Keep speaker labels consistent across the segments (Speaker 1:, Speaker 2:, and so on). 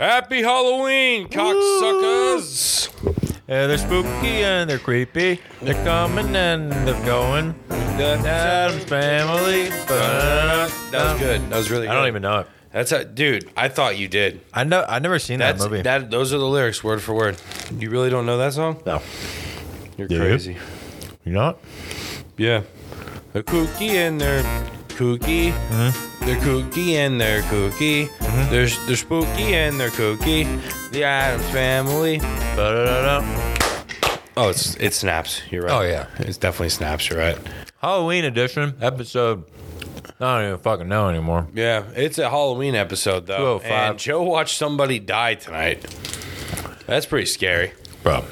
Speaker 1: Happy Halloween, cocksuckers!
Speaker 2: Yeah, Uh, they're spooky and they're creepy. They're coming and they're going. Adam's family.
Speaker 1: That was good. That was really.
Speaker 2: I
Speaker 1: Good.
Speaker 2: don't even know it.
Speaker 1: That's a dude. I thought you did.
Speaker 2: I know. I've never seen
Speaker 1: That's
Speaker 2: that movie.
Speaker 1: that. Those are the lyrics, word for word. You really don't know that song?
Speaker 2: no,
Speaker 1: You're
Speaker 2: Yeah.
Speaker 1: crazy.
Speaker 2: you know it.
Speaker 1: Yeah. They're kooky and they're kooky.
Speaker 2: Mm-hmm.
Speaker 1: They're kooky and they're kooky. They're they're spooky and they're kooky. The Adams Family.
Speaker 2: Ba-da-da-da.
Speaker 1: Oh, it's it snaps. You're right.
Speaker 2: Oh, yeah.
Speaker 1: it's definitely snaps. You're right.
Speaker 2: Halloween edition episode. I don't even fucking know anymore.
Speaker 1: Yeah, it's a Halloween episode though.
Speaker 2: 205.
Speaker 1: And Joe watched somebody die tonight. That's pretty scary.
Speaker 2: Bro,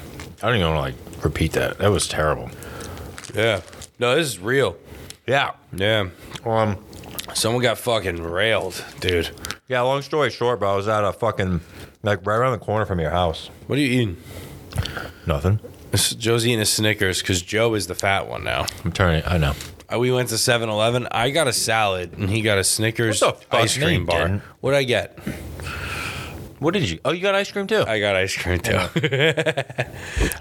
Speaker 2: I don't even want to like repeat that. That was terrible.
Speaker 1: Yeah. No, this is real.
Speaker 2: Yeah.
Speaker 1: Yeah.
Speaker 2: Um.
Speaker 1: Someone got fucking railed, dude.
Speaker 2: Yeah. Long story short, bro, I was at a fucking like right around the corner from your house.
Speaker 1: What are you eating?
Speaker 2: Nothing.
Speaker 1: This- Joe's eating a Snickers because Joe is the fat one now.
Speaker 2: I'm turning. I know.
Speaker 1: Uh, We went to 7 Eleven. I got a salad and he got a Snickers
Speaker 2: What the fuck?
Speaker 1: ice
Speaker 2: No,
Speaker 1: cream
Speaker 2: you
Speaker 1: bar.
Speaker 2: didn't.
Speaker 1: What'd I get?
Speaker 2: What did you? Oh, you got ice cream too.
Speaker 1: I got ice cream too.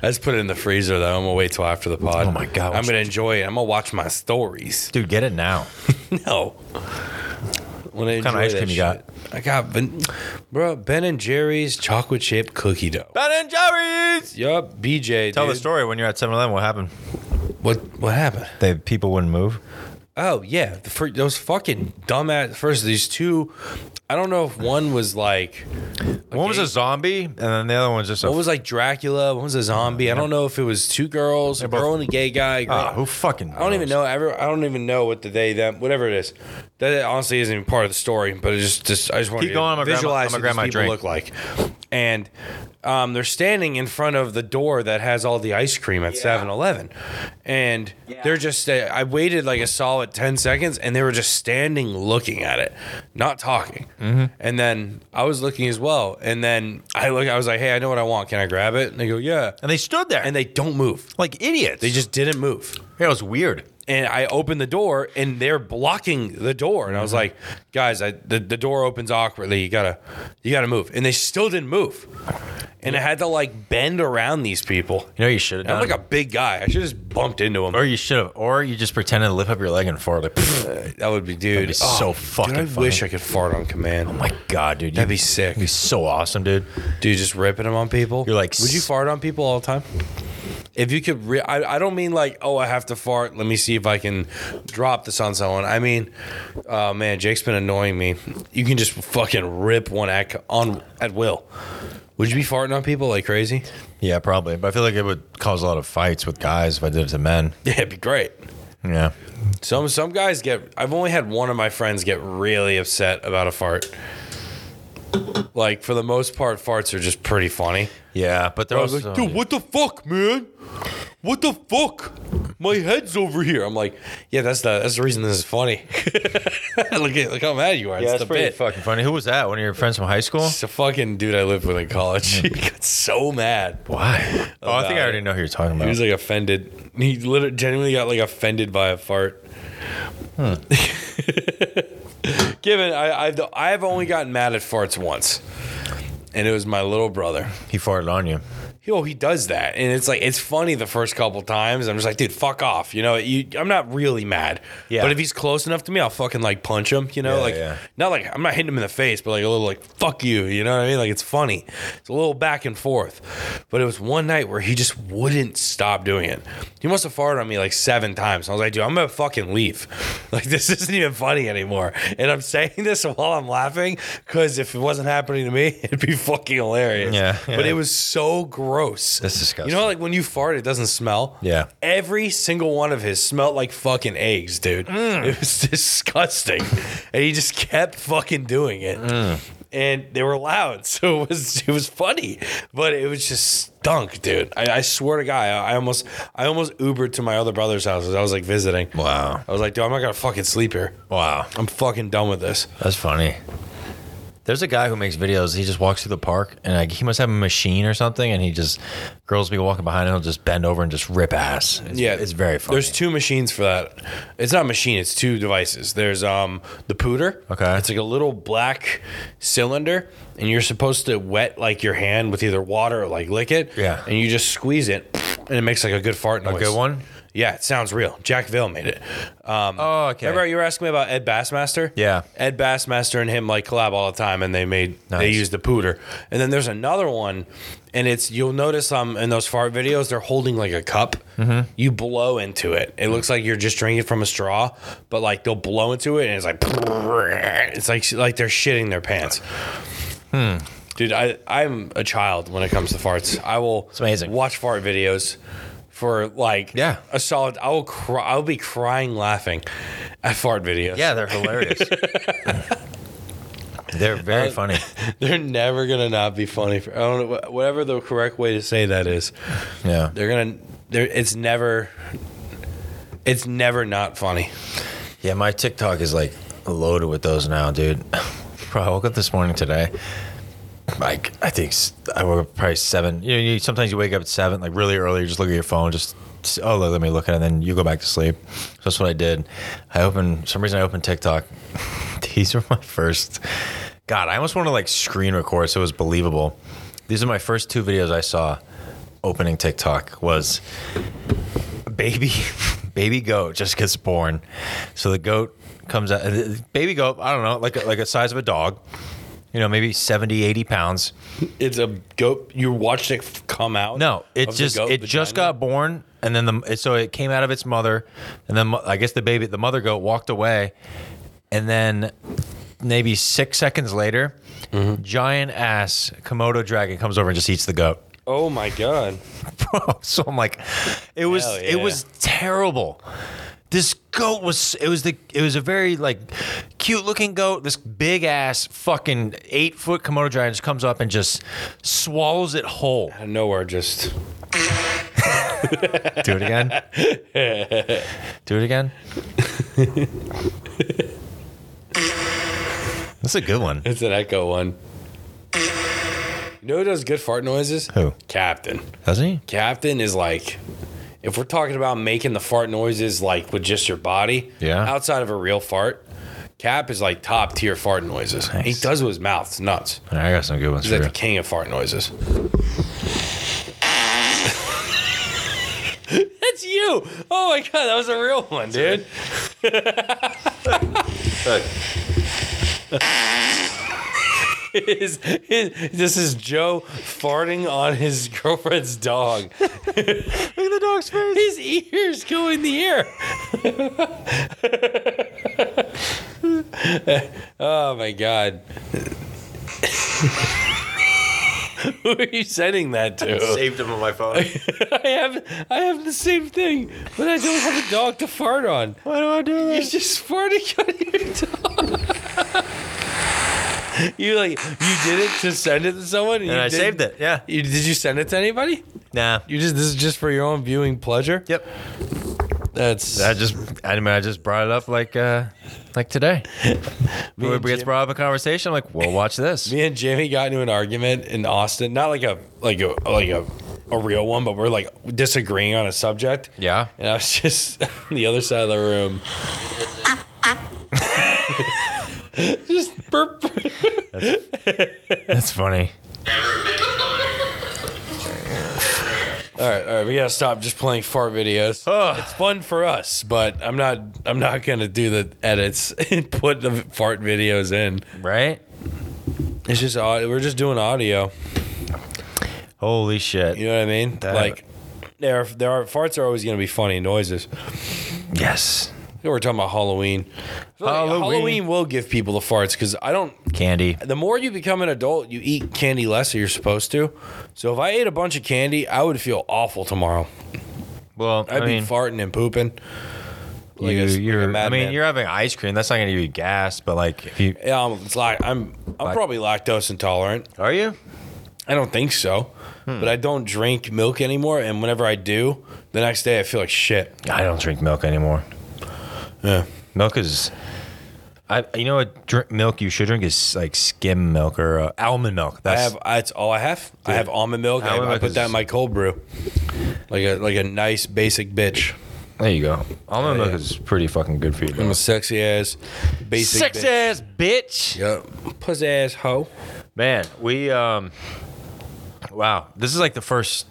Speaker 1: Let's put it in the freezer though. I'm gonna wait till after the pod.
Speaker 2: Oh, my God.
Speaker 1: I'm gonna enjoy it. I'm gonna watch my stories.
Speaker 2: Dude, get it now.
Speaker 1: No. When I
Speaker 2: What kind of
Speaker 1: enjoy
Speaker 2: ice
Speaker 1: that
Speaker 2: cream you
Speaker 1: shit.
Speaker 2: got?
Speaker 1: I got, ben, bro, Ben and Jerry's chocolate chip cookie dough.
Speaker 2: Ben and Jerry's.
Speaker 1: Yup, BJ.
Speaker 2: Tell the
Speaker 1: dude.
Speaker 2: story when you're at 7-Eleven. What happened?
Speaker 1: What what happened?
Speaker 2: They people wouldn't move.
Speaker 1: Oh yeah, the fir- those fucking dumbass. First, these two. I don't know if one was like
Speaker 2: One was
Speaker 1: Okay.
Speaker 2: a zombie, and then the other one's just a.
Speaker 1: one was like Dracula, one was a zombie. I don't know if it was two girls, a
Speaker 2: both-
Speaker 1: girl and a gay guy. a girl-
Speaker 2: Ah, who fucking?
Speaker 1: I don't even know. Every, I don't even know what the they them whatever it is. That honestly isn't even part of the story, but it's just, just I just want
Speaker 2: Keep
Speaker 1: to
Speaker 2: going, I'm gonna grab my-
Speaker 1: visualize
Speaker 2: I'm
Speaker 1: what
Speaker 2: gonna
Speaker 1: these people
Speaker 2: grab my
Speaker 1: look like. And um, they're standing in front of the door that has all the ice cream at 7-Eleven, and they're just. Uh, I waited like a solid ten seconds, and they were just standing looking at it, not talking.
Speaker 2: Mm-hmm.
Speaker 1: And then I was looking as well, and then I look. I was like, "Hey, I know what I want. Can I grab it?" And they go, "Yeah."
Speaker 2: And they stood there
Speaker 1: And they don't move.
Speaker 2: like idiots.
Speaker 1: They just didn't move
Speaker 2: That was weird.
Speaker 1: and I opened the door and they're blocking the door. And I was
Speaker 2: Mm-hmm.
Speaker 1: like, guys, I, the, the door opens awkwardly. You gotta, you gotta move. And they still didn't move. And I had to like bend around these people.
Speaker 2: You know, you should have
Speaker 1: And
Speaker 2: done.
Speaker 1: I'm like a big guy. I should just bumped into him.
Speaker 2: or you should have, or you just pretended to lift up your leg and fart. Like, "Pfft."
Speaker 1: That would be, dude.
Speaker 2: be so fucking
Speaker 1: Dude, I
Speaker 2: funny.
Speaker 1: wish I could fart on command.
Speaker 2: oh my god, dude,
Speaker 1: That'd be sick.
Speaker 2: You'd be so awesome, dude.
Speaker 1: Dude, just ripping them on people.
Speaker 2: You're like,
Speaker 1: would you
Speaker 2: "S-
Speaker 1: fart on people all the time? If you could, re- I, I don't mean like, oh, I have to fart. Let me see if I can drop this on someone. I mean, oh man, Jake's been annoying me. You can just fucking rip one at c- on at will. Would you be farting on people like crazy?
Speaker 2: Yeah, probably. But I feel like it would cause a lot of fights with guys if I did it to men.
Speaker 1: Yeah, it'd be great.
Speaker 2: Yeah,
Speaker 1: Some some guys get. I've only had one of my friends get really upset about a fart. Like for the most part, farts are just pretty funny.
Speaker 2: yeah. But there
Speaker 1: I
Speaker 2: was,
Speaker 1: was
Speaker 2: also,
Speaker 1: like, dude, what the fuck, man? What the fuck? My head's over here. I'm like, yeah, that's the that's the reason this is funny. look at look how mad you are.
Speaker 2: Yeah,
Speaker 1: it's
Speaker 2: that's
Speaker 1: the
Speaker 2: pretty
Speaker 1: bit.
Speaker 2: fucking funny. Who was that? One of your friends from high school?
Speaker 1: It's a fucking dude I lived with in college. he got so mad.
Speaker 2: Why? Oh, I think
Speaker 1: About
Speaker 2: I already know who you're talking
Speaker 1: He
Speaker 2: about.
Speaker 1: was like offended. He literally genuinely got like offended by a fart. Given I I've, I've only gotten mad at farts once, and it was my little brother.
Speaker 2: he farted on you.
Speaker 1: yo, he does that. And it's like, it's funny the first couple times. I'm just like, dude, fuck off. You know, you, I'm not really mad.
Speaker 2: Yeah.
Speaker 1: But if he's close enough to me, I'll fucking like punch him, you know?
Speaker 2: Yeah,
Speaker 1: like,
Speaker 2: yeah.
Speaker 1: not like, I'm not hitting him in the face, but like a little like, fuck you. You know what I mean? Like, it's funny. It's a little back and forth. But it was one night where he just wouldn't stop doing it. He must have farted on me like seven times. I was like, dude, I'm going to fucking leave. Like, this isn't even funny anymore. And I'm saying this while I'm laughing because if it wasn't happening to me, it'd be fucking hilarious.
Speaker 2: Yeah,
Speaker 1: But
Speaker 2: yeah.
Speaker 1: it was so gross.
Speaker 2: That's disgusting.
Speaker 1: You know, how, like when you fart, it doesn't smell.
Speaker 2: Yeah.
Speaker 1: Every single one of his smelled like fucking eggs, dude.
Speaker 2: Mm.
Speaker 1: It was disgusting, and he just kept fucking doing it.
Speaker 2: Mm.
Speaker 1: And they were loud, so it was it was funny, but it was just stunk, dude. I, I swear to God, I, I almost I almost Ubered to my other brother's house as I was like visiting.
Speaker 2: Wow.
Speaker 1: I was like, dude, I'm not gonna fucking sleep here.
Speaker 2: Wow.
Speaker 1: I'm fucking done with this.
Speaker 2: That's funny. There's a guy who makes videos. He just walks through the park, and like, he must have a machine or something. And he just girls be walking behind, and he'll just bend over and just rip ass. It's,
Speaker 1: Yeah,
Speaker 2: it's very funny.
Speaker 1: There's two machines for that. It's not a machine. It's two devices. There's um the pooter.
Speaker 2: Okay.
Speaker 1: It's like a little black cylinder, and you're supposed to wet like your hand with either water or like lick it.
Speaker 2: Yeah.
Speaker 1: And you just squeeze it, and it makes like a good fart noise.
Speaker 2: a good one.
Speaker 1: Yeah, it sounds real. Jack Vale made it. Um,
Speaker 2: Oh, okay.
Speaker 1: Remember you were asking me about Ed Bassmaster?
Speaker 2: Yeah.
Speaker 1: Ed Bassmaster and him like collab all the time, and they made they
Speaker 2: Nice.
Speaker 1: used the pooter. And then there's another one, and it's you'll notice um in those fart videos they're holding like a cup.
Speaker 2: Mm-hmm.
Speaker 1: You blow into it. It looks like you're just drinking from a straw, but like they'll blow into it, and it's like it's like like they're shitting their pants.
Speaker 2: Hmm.
Speaker 1: Dude, I I'm a child when it comes to farts. I will it's
Speaker 2: amazing.
Speaker 1: watch fart videos for like
Speaker 2: Yeah.
Speaker 1: a solid. I will cry. I'll be crying laughing at fart videos.
Speaker 2: Yeah, they're hilarious. they're very funny.
Speaker 1: they're never gonna not be funny. For, I don't know wh- whatever the correct way to say that is.
Speaker 2: Yeah.
Speaker 1: They're gonna. They're, it's never. It's never not funny.
Speaker 2: Yeah, my TikTok is like loaded with those now, dude. Bro, I woke up this morning today. Like, I think s- I woke up probably seven. You know, you, sometimes you wake up at seven, like really early. You just look at your phone, just s- oh look, let me look at it, and then you go back to sleep. So that's what I did. I opened for some reason I opened TikTok. These were my first. God, I almost want to like screen record so it was believable. These are my first two videos I saw opening TikTok was baby baby goat just gets born. So the goat comes out baby goat, I don't know, like a, like a size of a dog. You know, maybe 70, 80 pounds.
Speaker 1: It's a goat. You watched it f- come out.
Speaker 2: No,
Speaker 1: of
Speaker 2: it's
Speaker 1: the
Speaker 2: just
Speaker 1: goat
Speaker 2: it just
Speaker 1: vagina?
Speaker 2: got born and then the it- so it came out of its mother and then mo- I guess the baby the mother goat walked away and then maybe 6 seconds later
Speaker 1: Mm-hmm.
Speaker 2: giant ass komodo dragon comes over and just eats the goat.
Speaker 1: Oh my god.
Speaker 2: bro. So I'm like, it was
Speaker 1: Hell
Speaker 2: it
Speaker 1: yeah.
Speaker 2: was terrible. This goat was it was the it was a very like cute looking goat. This big ass fucking eight foot komodo dragon just comes up and just swallows it whole.
Speaker 1: Out of nowhere, just.
Speaker 2: Do it again. Do it again. That's a good one.
Speaker 1: It's an echo one. You know who does good fart noises?
Speaker 2: Who?
Speaker 1: Captain.
Speaker 2: Doesn't he?
Speaker 1: Captain is like, if we're talking about making the fart noises like with just your body,
Speaker 2: Yeah.
Speaker 1: outside of a real fart, Cap is like top tier fart noises. He
Speaker 2: Nice.
Speaker 1: does with his mouth. It's nuts.
Speaker 2: All right, I got some good ones
Speaker 1: He's
Speaker 2: for
Speaker 1: like
Speaker 2: you.
Speaker 1: the king of fart noises. That's you. Oh my god, that was a real one, dude. his, his, this is Joe farting on his girlfriend's dog.
Speaker 2: Look at the dog's face.
Speaker 1: His ears go in the air. oh my god. Who are you sending that to?
Speaker 2: Saved him on my phone.
Speaker 1: I have I have the same thing, but I don't have a dog to fart on.
Speaker 2: Why do I do
Speaker 1: You're just farting on your dog. you like you did it to send it to someone, and,
Speaker 2: And
Speaker 1: you
Speaker 2: I
Speaker 1: didn't-
Speaker 2: saved it. Yeah.
Speaker 1: You, did you send it to anybody?
Speaker 2: Nah.
Speaker 1: You just this is just for your own viewing pleasure.
Speaker 2: Yep.
Speaker 1: That's
Speaker 2: I just, I mean, I just brought it up like, uh, like today.
Speaker 1: Me
Speaker 2: we
Speaker 1: and
Speaker 2: gets
Speaker 1: Jim-
Speaker 2: brought up in conversation. I'm like, well, watch this.
Speaker 1: me and Jamie got into an argument in Austin, not like a like a like a a real one, but we're like disagreeing on a subject.
Speaker 2: Yeah.
Speaker 1: And I was just on the other side of the room. just burp.
Speaker 2: That's funny.
Speaker 1: All right, all right, we gotta stop just playing fart videos. It's fun for us, but I'm not I'm not gonna do the edits and put the fart videos in.
Speaker 2: Right?
Speaker 1: It's just audio. we're just doing audio.
Speaker 2: Holy shit.
Speaker 1: You know what I mean?
Speaker 2: That-
Speaker 1: like there are, there are farts are always gonna be funny noises.
Speaker 2: Yes.
Speaker 1: Yeah, We're talking about Halloween. Halloween.
Speaker 2: Halloween.
Speaker 1: Halloween will give people the farts because I don't.
Speaker 2: Candy.
Speaker 1: The more you become an adult, you eat candy less than you're supposed to. So if I ate a bunch of candy, I would feel awful tomorrow.
Speaker 2: Well, i
Speaker 1: I'd
Speaker 2: mean,
Speaker 1: be farting and pooping. Like
Speaker 2: you,
Speaker 1: a- like a
Speaker 2: you're, I mean,
Speaker 1: madman.
Speaker 2: you're having ice cream. That's not going to give you gas, but like, if you,
Speaker 1: Yeah, I'm, it's like, I'm, I'm
Speaker 2: Like-
Speaker 1: probably lactose intolerant.
Speaker 2: are you?
Speaker 1: I don't think so,
Speaker 2: Hmm.
Speaker 1: but I don't drink milk anymore. And whenever I do, the next day I feel like shit.
Speaker 2: I don't drink milk anymore.
Speaker 1: Yeah.
Speaker 2: Milk is, I you know what drink, milk you should drink is like skim milk or uh, almond milk.
Speaker 1: I
Speaker 2: That's
Speaker 1: have that's all I have. I have almond milk. and I-
Speaker 2: Almond
Speaker 1: I,
Speaker 2: milk
Speaker 1: put
Speaker 2: is-
Speaker 1: that in my cold brew, like a like a nice basic bitch.
Speaker 2: there you go. Almond milk is pretty fucking good for you.
Speaker 1: I'm a sexy ass basic.
Speaker 2: Sexy
Speaker 1: bitch.
Speaker 2: ass bitch.
Speaker 1: Yup. Pussy ass hoe.
Speaker 2: Man, we um wow, this is like the first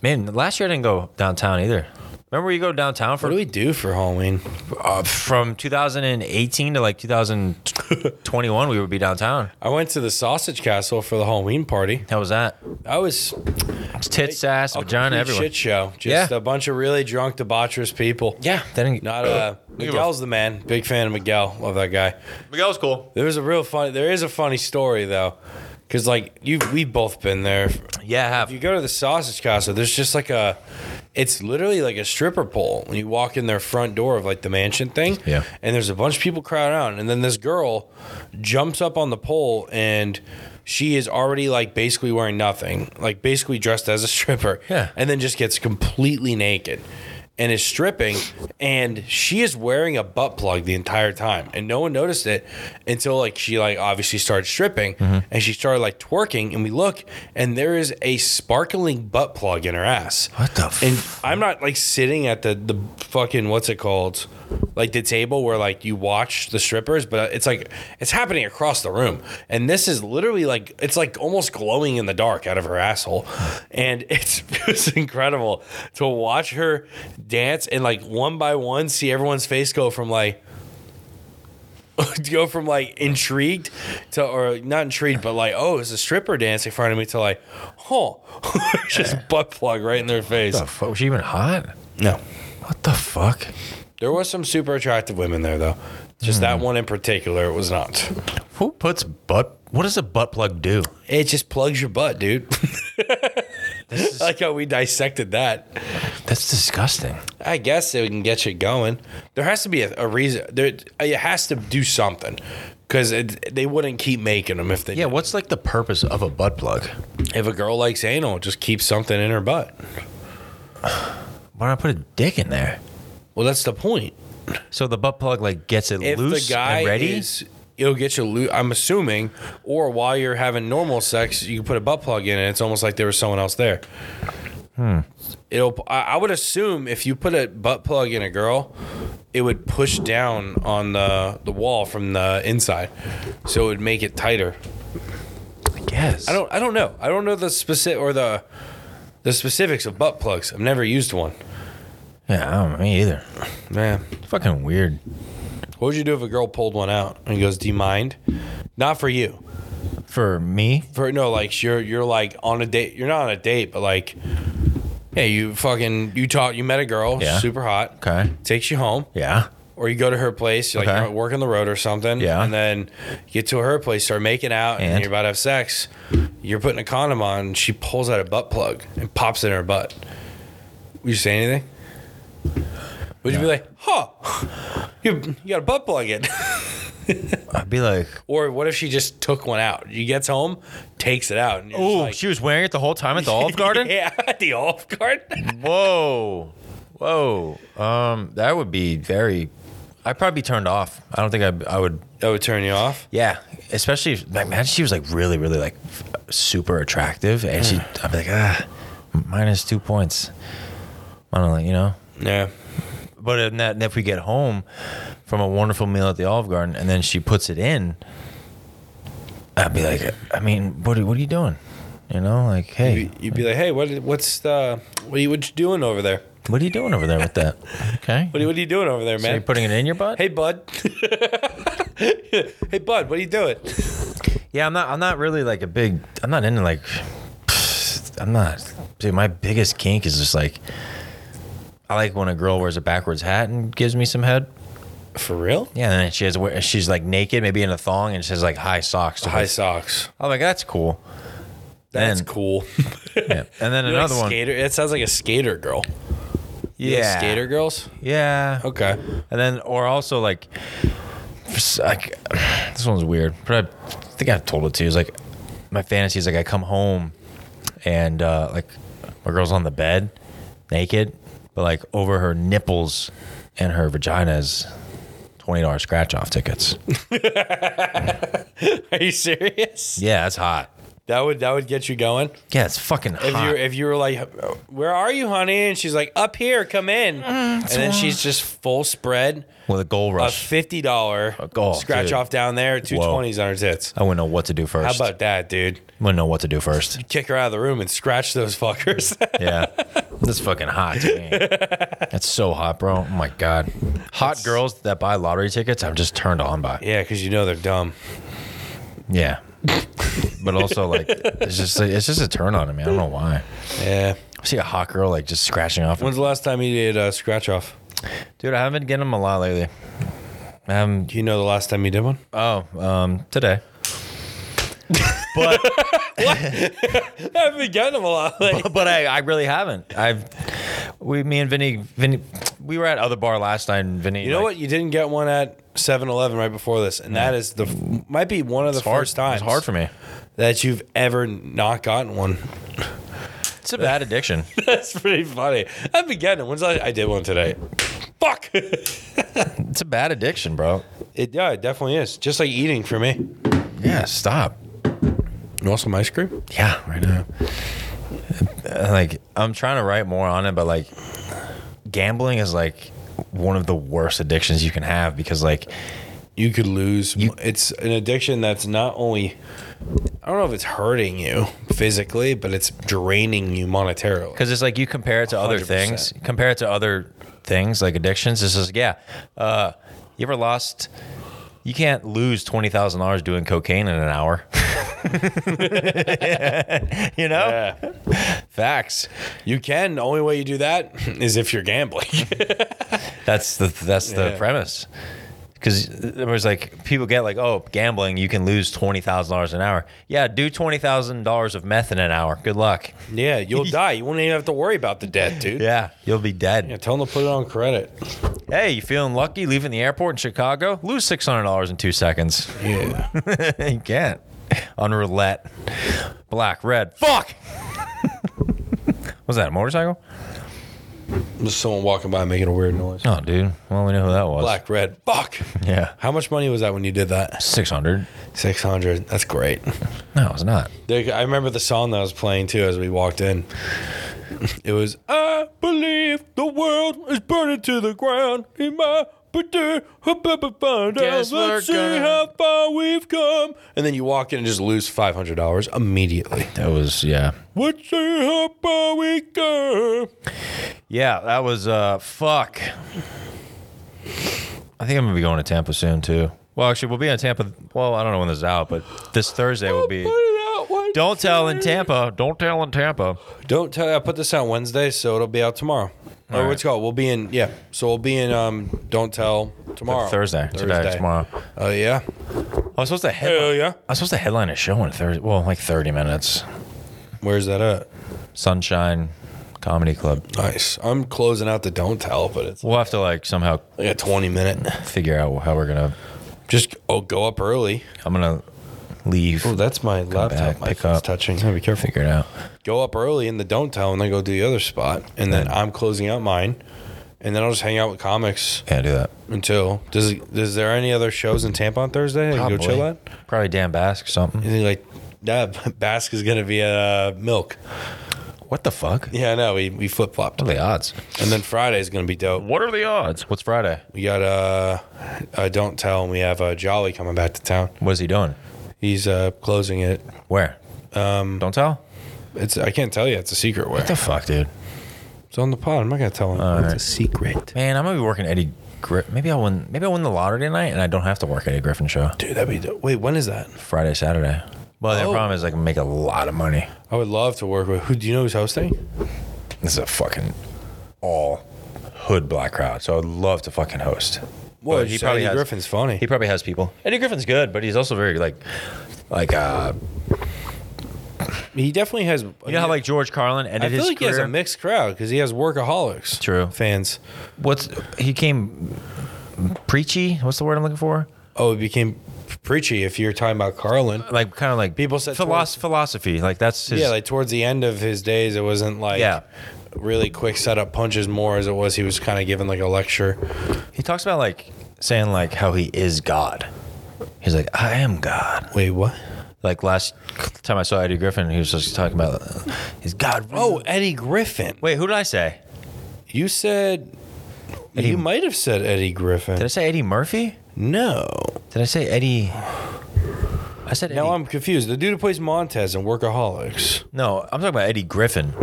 Speaker 2: Man, last year I didn't go downtown either. Remember you go downtown
Speaker 1: What do
Speaker 2: for
Speaker 1: we do for Halloween?
Speaker 2: uh, from 2018 to like 2021 we would be downtown.
Speaker 1: I went to the Sausage Castle for the Halloween party.
Speaker 2: How was that?
Speaker 1: I was
Speaker 2: It's tits, ass,
Speaker 1: a
Speaker 2: vagina,
Speaker 1: complete
Speaker 2: everyone.
Speaker 1: shit show. Just
Speaker 2: Yeah.
Speaker 1: a bunch of really drunk, debaucherous people.
Speaker 2: Yeah, that didn't
Speaker 1: Not uh, Miguel's the man. Big fan of Miguel. Love that guy.
Speaker 2: Miguel's cool.
Speaker 1: There was a real funny. There is a funny story though, because like you, we've both been there.
Speaker 2: Yeah, I
Speaker 1: If
Speaker 2: have.
Speaker 1: you go to the sausage casa, there's just like a, it's literally like a stripper pole when you walk in their front door of like the mansion thing.
Speaker 2: Yeah.
Speaker 1: And there's a bunch of people crowd out, and then this girl jumps up on the pole and. She is already like basically wearing nothing, like basically dressed as a stripper.
Speaker 2: Yeah.
Speaker 1: And then just gets completely naked and is stripping. And she is wearing a butt plug the entire time. And no one noticed it until like she like obviously started stripping
Speaker 2: Mm-hmm.
Speaker 1: and she started like twerking. And we look and there is a sparkling butt plug in her ass.
Speaker 2: What the f-
Speaker 1: And I'm not like sitting at the the fucking what's it called, like the table where like you watch the strippers, but it's like it's happening across the room, and this is literally like it's like almost glowing in the dark out of her asshole, and it's it's incredible to watch her dance and like one by one see everyone's face go from like. go from like intrigued to or not intrigued but like oh it's a stripper dance in front of me to like oh just butt plug right in their face
Speaker 2: What the fuck? Was she even hot?
Speaker 1: no.
Speaker 2: What the fuck?
Speaker 1: There was some super attractive women there though. Just that one in particular it was not.
Speaker 2: Who puts butt? What does a butt plug do?
Speaker 1: It just plugs your butt, dude.
Speaker 2: This is,
Speaker 1: I like how we dissected that.
Speaker 2: that's disgusting.
Speaker 1: I guess it can get you going. There has to be a, a reason. There it has to do something cuz they wouldn't keep making them if they
Speaker 2: Yeah, what's like the purpose of a butt plug?
Speaker 1: If a girl likes anal, just keep something in her butt.
Speaker 2: Why not put a dick in there?
Speaker 1: Well, that's the point.
Speaker 2: So the butt plug like gets it
Speaker 1: if
Speaker 2: loose
Speaker 1: the guy
Speaker 2: and ready.
Speaker 1: is it'll get you loose i'm assuming or while you're having normal sex you can put a butt plug in and it's almost like there was someone else there
Speaker 2: Hmm.
Speaker 1: it'll i I would assume if you put a butt plug in a girl it would push down on the the wall from the inside so it would make it tighter
Speaker 2: I guess.
Speaker 1: i don't i don't know i don't know the specific or the the specifics of butt plugs i've never used one
Speaker 2: Yeah, I don't me either.
Speaker 1: man
Speaker 2: Fucking weird.
Speaker 1: what would you do if a girl pulled one out and goes do you mind not for you
Speaker 2: For me,
Speaker 1: for no like you're you're like on a date you're not on a date but like hey you fucking you talk you met a girl
Speaker 2: Yeah.
Speaker 1: super hot
Speaker 2: okay.
Speaker 1: takes you home
Speaker 2: Yeah.
Speaker 1: or you go to her place you're like
Speaker 2: Okay.
Speaker 1: you're working the road or something
Speaker 2: Yeah.
Speaker 1: and then you get to her place start making out and,
Speaker 2: And?
Speaker 1: you're about to have sex you're putting a condom on and she pulls out a butt plug and pops it in her butt would you say anything would you be like huh you, you got a butt plug in
Speaker 2: I'd be like,
Speaker 1: or what if she just took one out she gets home takes it out and you're just
Speaker 2: oh,
Speaker 1: like,
Speaker 2: she was wearing it the whole time at the Olive Garden.
Speaker 1: Yeah, at the Olive Garden.
Speaker 2: Whoa, whoa. Um, that would be very. I'd probably be turned off. I don't think I'd, I would
Speaker 1: That would turn you off.
Speaker 2: Yeah, especially if, like, imagine she was like really, really like f- super attractive, and she, I'd be like, ah, minus two points. I don't know, you know.
Speaker 1: Yeah.
Speaker 2: But in that, if we get home from a wonderful meal at the Olive Garden, and then she puts it in, I'd be like, I mean, what, are- what are you doing? You know, like, hey,
Speaker 1: You'd be like, hey, what, what's the, what are you, what you doing over there?
Speaker 2: what are you doing over there with that? Okay,
Speaker 1: What are, you- what are you doing over there,
Speaker 2: so you're
Speaker 1: man?
Speaker 2: putting it in your butt?
Speaker 1: hey, bud. hey, bud, what are you doing?
Speaker 2: Yeah, I'm not. I'm not really like a big. I'm not into like. I'm not. Dude, my biggest kink is just like. I like when a girl wears a backwards hat and gives me some head.
Speaker 1: For real?
Speaker 2: Yeah, and then she has. wear- She's like naked, maybe in a thong, and she has like high socks.
Speaker 1: High socks.
Speaker 2: I'm like, that's cool.
Speaker 1: That's
Speaker 2: Then-
Speaker 1: cool.
Speaker 2: Yeah. And then
Speaker 1: You
Speaker 2: another
Speaker 1: like
Speaker 2: one.
Speaker 1: Skater. It sounds like a skater girl. You like
Speaker 2: Yeah.
Speaker 1: skater girls.
Speaker 2: Yeah.
Speaker 1: Okay.
Speaker 2: And then, or also like, s- like this one's weird, but I think I've told it to you. It's like my fantasy is like I come home and uh, like my girl's on the bed, naked, but like over her nipples and her vagina is twenty dollars scratch off tickets.
Speaker 1: Are you serious?
Speaker 2: Yeah, that's hot.
Speaker 1: That would that would get you going.
Speaker 2: Yeah, it's fucking hot.
Speaker 1: If you if you were like, "Where are you, honey?" and she's like, "Up here, come in," and then she's just full spread,
Speaker 2: With a gold
Speaker 1: a
Speaker 2: rush,
Speaker 1: fifty dollar
Speaker 2: oh,
Speaker 1: scratch
Speaker 2: dude.
Speaker 1: off down there, two twenties on her tits.
Speaker 2: I wouldn't know what to do
Speaker 1: How
Speaker 2: first.
Speaker 1: about that, dude?
Speaker 2: Wouldn't know what to do first.
Speaker 1: Kick her out of the room and scratch those fuckers.
Speaker 2: Yeah, that's fucking hot. To me. That's so hot, bro. Oh my god, hot girls that buy lottery tickets, I'm just turned on by.
Speaker 1: yeah, because you know they're dumb.
Speaker 2: Yeah, but also like it's just it's just a turn on to me. I don't know why.
Speaker 1: Yeah.
Speaker 2: I see a hot girl like just scratching off.
Speaker 1: When's the last time you did a scratch off?
Speaker 2: Dude, I haven't been getting them a lot lately. Um,
Speaker 1: Do you know the last time you did one?
Speaker 2: oh, um, today.
Speaker 1: I haven't been getting them a lot. Like,
Speaker 2: but I, I really haven't. I've we me and Vinny Vinny we were at other bar last night and Vinny
Speaker 1: you know what? You didn't get one at 7-Eleven right before this, and that is the might be one of the
Speaker 2: hard,
Speaker 1: first times
Speaker 2: It's hard for me.
Speaker 1: that you've ever not gotten one.
Speaker 2: It's a bad addiction.
Speaker 1: That's pretty funny. I've been getting it. When's I, I did one today? Fuck. it
Speaker 2: It's a bad addiction, bro.
Speaker 1: yeah, it definitely is. Just like eating for me.
Speaker 2: Yeah, stop.
Speaker 1: You want some ice cream?
Speaker 2: Yeah, right now. Uh, Like I'm trying to write more on it, but like gambling is like one of the worst addictions you can have because like
Speaker 1: You could lose. it's an addiction that's not only. I don't know if it's hurting you physically, but it's draining you monetarily.
Speaker 2: Because it's like you compare it to other
Speaker 1: 100%.
Speaker 2: things, compare it to other things like addictions. This is yeah. Uh, you ever lost? You can't lose twenty thousand dollars doing cocaine in an hour. you know, facts.
Speaker 1: You can. The only way you do that is if you're gambling.
Speaker 2: That's the that's the
Speaker 1: Yeah.
Speaker 2: premise. Because there was like people get like, oh, gambling, you can lose twenty thousand dollars an hour. Yeah, do twenty thousand dollars of meth in an hour. Good luck.
Speaker 1: yeah, you'll die. You won't even have to worry about the debt, dude.
Speaker 2: Yeah, you'll be dead.
Speaker 1: Yeah, tell them to put it on credit.
Speaker 2: Hey, you feeling lucky leaving the airport in Chicago? Lose six hundred dollars in two seconds.
Speaker 1: Yeah.
Speaker 2: you can't. On roulette. Black, red. Fuck! Was that a motorcycle?
Speaker 1: Just someone walking by making a weird noise.
Speaker 2: Oh, dude. Well, we know who that was.
Speaker 1: Black, red. Fuck.
Speaker 2: Yeah.
Speaker 1: How much money was that when you did that?
Speaker 2: 600.
Speaker 1: Six hundred. That's great.
Speaker 2: No, it's not.
Speaker 1: There- I remember the song that I was playing too as we walked in. It was I believe the world is burning to the ground in my particular find out.
Speaker 2: Guess we're
Speaker 1: Let's see
Speaker 2: gonna-
Speaker 1: how far we've come. And then you walk in and just lose five hundred dollars immediately.
Speaker 2: That was, yeah.
Speaker 1: Let's see how far we come.
Speaker 2: Yeah, that was, uh, fuck. I think I'm going to be going to Tampa soon, too. Well, actually, we'll be in Tampa. Well, I don't know when this is out, but this Thursday will be.
Speaker 1: Put it out one-
Speaker 2: Don't tell in Tampa. Don't tell in Tampa.
Speaker 1: Don't tell. I put this out Wednesday, so it'll be out tomorrow. or what's it called? We'll be in. Yeah. So we'll be in. Um. Don't tell tomorrow.
Speaker 2: Thursday, today, tomorrow.
Speaker 1: Oh yeah.
Speaker 2: I was supposed to headline.
Speaker 1: Hell yeah.
Speaker 2: I was supposed to headline a show in thirty. Well, like thirty minutes.
Speaker 1: Where's that at?
Speaker 2: Sunshine Comedy Club.
Speaker 1: Nice. I'm closing out the don't tell, but it's
Speaker 2: We'll have to like somehow
Speaker 1: like a 20 minute.
Speaker 2: figure out how we're gonna.
Speaker 1: Just oh, go up early.
Speaker 2: I'm gonna leave.
Speaker 1: Oh, that's my laptop.
Speaker 2: back,
Speaker 1: my
Speaker 2: pick
Speaker 1: phone's
Speaker 2: up.
Speaker 1: touching. Gotta be careful.
Speaker 2: Figure it out.
Speaker 1: Go up early in the don't tell, and then go do the other spot, and then I'm closing out mine, and then I'll just hang out with comics
Speaker 2: Yeah, do that.
Speaker 1: until. Does is there any other shows in Tampa on Thursday? that You can go chill at.
Speaker 2: Oh, Probably Dan Bask or something.
Speaker 1: You think like that? Bask is gonna be at uh, Milk.
Speaker 2: What the fuck?
Speaker 1: Yeah, I know. We we flip flopped,
Speaker 2: What are the odds?
Speaker 1: and then Friday is gonna be dope.
Speaker 2: What are the odds? What's Friday?
Speaker 1: We got uh, uh don't tell, and we have uh, Jolly coming back to town.
Speaker 2: What is he doing?
Speaker 1: He's uh closing it.
Speaker 2: Where? Um, don't tell.
Speaker 1: It's I can't tell you. It's a secret. Where
Speaker 2: What the fuck, dude?
Speaker 1: it's on the pod. I'm not gonna tell him. it's a secret.
Speaker 2: Man, I'm gonna be working Eddie. Gri- maybe I win. Maybe I win the lottery tonight, and I don't have to work Eddie Griffin show
Speaker 1: Dude, that'd be. Dope. Wait, when is that?
Speaker 2: Friday, Saturday. But the
Speaker 1: Oh.
Speaker 2: problem is I can make a lot of money.
Speaker 1: I would love to work with. Who do you know who's hosting?
Speaker 2: This is a fucking all hood black crowd. So I'd love to fucking host.
Speaker 1: Well,
Speaker 2: But
Speaker 1: he probably
Speaker 2: has,
Speaker 1: Griffin's funny.
Speaker 2: He probably has people. Eddie Griffin's good, but he's also very like, like uh,
Speaker 1: He definitely has.
Speaker 2: you know how like George Carlin ended
Speaker 1: I feel
Speaker 2: his
Speaker 1: like
Speaker 2: career.
Speaker 1: he has a mixed crowd because he has workaholics.
Speaker 2: True.
Speaker 1: Fans.
Speaker 2: What's he came preachy? What's the word I'm looking for?
Speaker 1: Oh, it became preachy. If you're talking about Carlin,
Speaker 2: Like kind of like
Speaker 1: People said towards-
Speaker 2: philosophy. philosophy. Like that's his.
Speaker 1: yeah, like towards the end of his days, it wasn't like
Speaker 2: Yeah.
Speaker 1: really quick setup punches more as it was. He was kind of giving like a lecture.
Speaker 2: he talks about like saying like how he is God. He's like, I am God.
Speaker 1: Wait, what?
Speaker 2: Like last time I saw Eddie Griffin, he was just talking about uh, he's God.
Speaker 1: Oh, Eddie Griffin.
Speaker 2: wait, who did I say?
Speaker 1: You said you might have said Eddie Griffin.
Speaker 2: Did I say Eddie Murphy?
Speaker 1: no.
Speaker 2: Did I say Eddie? I said Eddie.
Speaker 1: Now I'm confused. The dude who plays Montez in Workaholics.
Speaker 2: no, I'm talking about Eddie Griffin.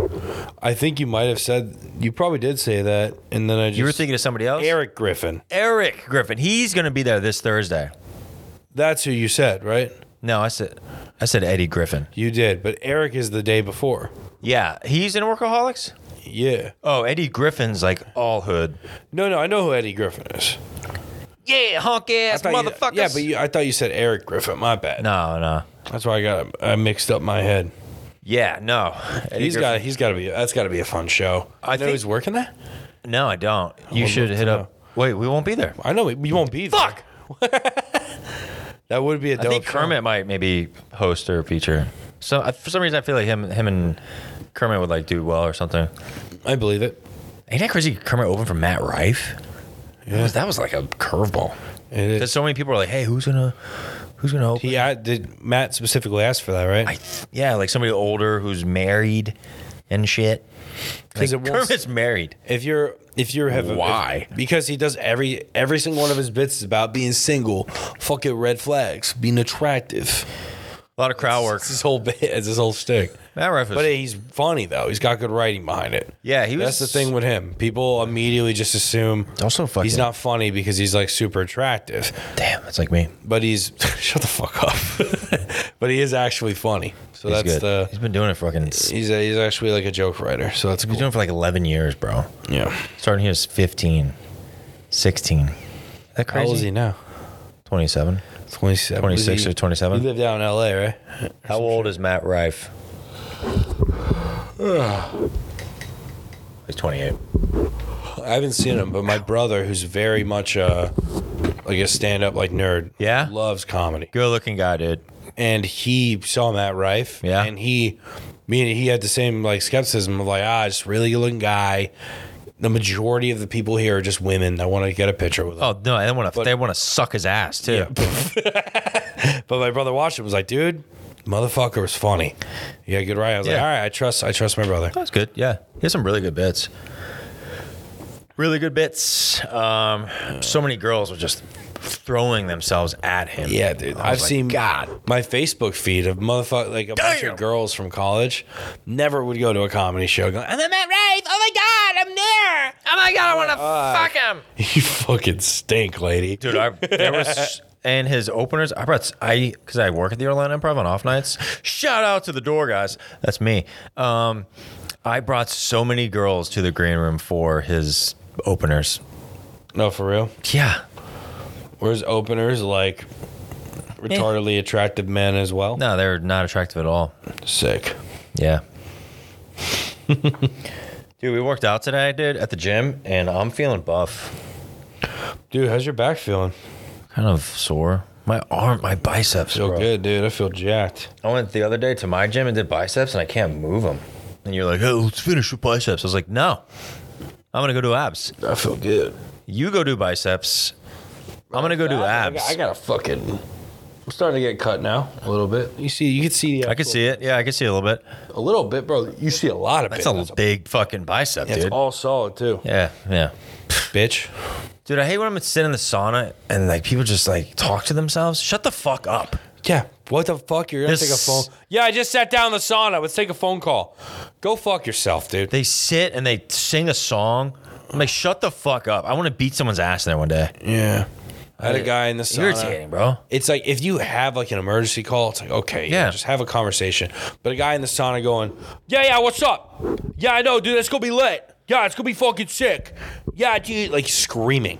Speaker 1: I think you might have said you probably did say that, and then I just
Speaker 2: You were thinking of somebody else?
Speaker 1: Eric Griffin.
Speaker 2: Eric Griffin. He's gonna be there this Thursday.
Speaker 1: That's who you said, right?
Speaker 2: No, I said I said Eddie Griffin.
Speaker 1: You did, but Eric is the day before.
Speaker 2: Yeah, he's in Workaholics.
Speaker 1: Yeah.
Speaker 2: Oh, Eddie Griffin's like all hood.
Speaker 1: No, no, I know who Eddie Griffin is.
Speaker 2: Yeah, honk ass
Speaker 1: I thought you- yeah, but you, I thought you said Eric Griffin. My bad.
Speaker 2: no, no.
Speaker 1: That's why I got I mixed up my head.
Speaker 2: Yeah, no. Eddie
Speaker 1: He's got he's got to be that's got to be a fun show.
Speaker 2: I
Speaker 1: I know
Speaker 2: think-
Speaker 1: he's working that.
Speaker 2: Griffin- No, I don't. You
Speaker 1: would
Speaker 2: should
Speaker 1: love
Speaker 2: hit
Speaker 1: to
Speaker 2: up. Wait, we won't be there.
Speaker 1: I know you won't be. there.
Speaker 2: Fuck.
Speaker 1: That would be a dope.
Speaker 2: I think
Speaker 1: show.
Speaker 2: Kermit might maybe host or feature. So I- for some reason, I feel like him, him and Kermit would like do well or something.
Speaker 1: I believe it.
Speaker 2: Ain't that crazy? Kermit open for Matt Rife. That was- That was like a curveball.
Speaker 1: It is.
Speaker 2: Because so many people are like, "Hey, who's gonna, who's gonna open?"
Speaker 1: He I, did. Matt specifically asked for that, right?
Speaker 2: I th- yeah, like somebody older who's married and shit.
Speaker 1: 'Cause
Speaker 2: Like,
Speaker 1: it won't-
Speaker 2: Kermit's married.
Speaker 1: if you're if you're have
Speaker 3: Why?
Speaker 1: if- because he does every every single one of his bits is about being single, fucking red flags, being attractive.
Speaker 2: A lot of crowd work.
Speaker 1: It's his whole bit. It's his whole stick.
Speaker 2: Matt Rife was
Speaker 1: But he's funny though. He's got good writing behind it.
Speaker 2: Yeah, he
Speaker 1: That's the
Speaker 2: was-
Speaker 1: thing with him. People immediately just assume
Speaker 2: also fucking.
Speaker 1: he's not funny because he's like super attractive.
Speaker 2: Damn, that's like me.
Speaker 1: But he's shut the fuck up. but he is actually funny. So
Speaker 2: He's
Speaker 1: that's
Speaker 2: good.
Speaker 1: the
Speaker 2: he's been doing it for fucking. He's
Speaker 1: he's a, he's actually like a joke writer. So that's
Speaker 2: been
Speaker 1: cool.
Speaker 2: doing it for like 11 years, bro.
Speaker 1: Yeah.
Speaker 2: Starting he was 15, 16. Is that
Speaker 1: How
Speaker 2: crazy?
Speaker 1: old is he now?
Speaker 2: 27.
Speaker 1: 27.
Speaker 2: 26
Speaker 1: Is he-
Speaker 2: or 27?
Speaker 1: You live down in LA, right?
Speaker 2: How old is Matt Rife? he's 28.
Speaker 1: I haven't seen him, but my brother, who's very much uh, like a stand up like nerd,
Speaker 2: Yeah?
Speaker 1: loves comedy.
Speaker 2: Good looking guy, dude.
Speaker 1: And he saw Matt Rife.
Speaker 2: Yeah.
Speaker 1: And he, me and he had the same like skepticism of like, ah, just really good looking guy. The majority of the people here are just women that want to get a picture with him.
Speaker 2: Oh no, they want to. They want to suck his ass too. Oh.
Speaker 1: But my brother watched it and was like, dude, motherfucker was funny. Yeah, good right. I was like,
Speaker 2: Yeah.
Speaker 1: all right, I trust I trust my brother.
Speaker 2: That's good. Yeah, he has some really good bits. Really good bits. Um, so many girls were just throwing themselves at him.
Speaker 1: Yeah, dude.
Speaker 2: I
Speaker 1: I've
Speaker 2: was like,
Speaker 1: seen
Speaker 2: God.
Speaker 1: my Facebook feed of motherfucker like a bunch
Speaker 2: Damn.
Speaker 1: of girls from college never would go to a comedy show going, and then
Speaker 4: Matt Rife. Oh my God, I'm there. Oh my God, I want to fuck him.
Speaker 1: you fucking stink, lady.
Speaker 2: dude. I, there was and his openers. I brought I because I work at the Orlando Improv on off nights. Shout out to the door guys. That's me. Um, I brought so many girls to the green room for his openers.
Speaker 1: No, for real.
Speaker 2: Yeah.
Speaker 1: Whereas openers like Eh. retardedly attractive men as well.
Speaker 2: No, they're not attractive at all.
Speaker 1: Sick.
Speaker 2: Yeah. dude, we worked out today, dude, at the gym, and I'm feeling buff.
Speaker 1: Dude, how's your back feeling?
Speaker 2: Kind of sore. My arm, my biceps.
Speaker 1: Feel
Speaker 2: bro.
Speaker 1: good, dude. I feel jacked.
Speaker 2: I went the other day to my gym and did biceps, and I can't move them. And you're like, "Hey, let's finish with biceps." I was like, "No, I'm gonna go do abs.
Speaker 1: I feel good.
Speaker 2: You go do biceps. I'm gonna go do abs."
Speaker 1: I, got a fucking. I'm starting to get cut now a little bit. You see, you can see uh, the.
Speaker 2: I could see it. Yeah, I could see a little bit.
Speaker 1: a little bit, bro. You see a lot of
Speaker 2: That's
Speaker 1: it.
Speaker 2: a big fucking bicep,
Speaker 1: It's
Speaker 2: dude.
Speaker 1: all solid too,
Speaker 2: Yeah, yeah.
Speaker 1: bitch.
Speaker 2: Dude, I hate when I'm sitting in the sauna and like people just like talk to themselves. Shut the fuck up.
Speaker 1: Yeah. What the fuck? You're gonna
Speaker 2: This-
Speaker 1: take a phone. Yeah, I just sat down in the sauna. Let's take a phone call. Go fuck yourself, dude.
Speaker 2: They sit and they sing a song. I'm like, shut the fuck up. I want to beat someone's ass in there one day.
Speaker 1: Yeah. I had a guy in the
Speaker 2: It's
Speaker 1: sauna.
Speaker 2: irritating, bro.
Speaker 1: It's like if you have like an emergency call, it's like okay, yeah,
Speaker 2: Yeah.
Speaker 1: just have a conversation. But a guy in the sauna going, yeah, yeah, what's up? Yeah, I know, dude. That's gonna be lit. Yeah, it's gonna be fucking sick. Yeah, dude, like screaming.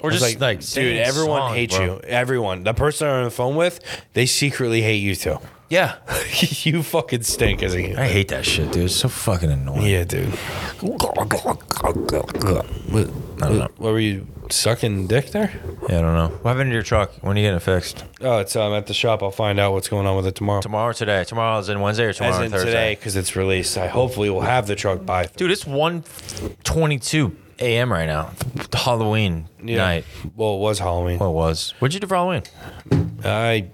Speaker 2: Or just like,
Speaker 1: dude, everyone hates you. Everyone. The person I'm on the phone with, they secretly hate you too.
Speaker 2: Yeah.
Speaker 1: you fucking stink as a human.
Speaker 2: I hate that shit, dude. It's so fucking annoying.
Speaker 1: Yeah, dude. What, what, what were you sucking dick there?
Speaker 2: Yeah, I don't know. What happened to your truck? When are you getting it fixed?
Speaker 1: Oh, it's um, at the shop. I'll find out what's going on with it tomorrow.
Speaker 2: Tomorrow or today? Tomorrow is in Wednesday or tomorrow
Speaker 1: As
Speaker 2: or
Speaker 1: in
Speaker 2: Thursday?
Speaker 1: today, because it's released. I hopefully will have the truck by.
Speaker 2: Dude, it's 122 a.m. right now. Halloween night.
Speaker 1: Well, it was Halloween.
Speaker 2: What Oh, was? What'd you do for Halloween?
Speaker 1: I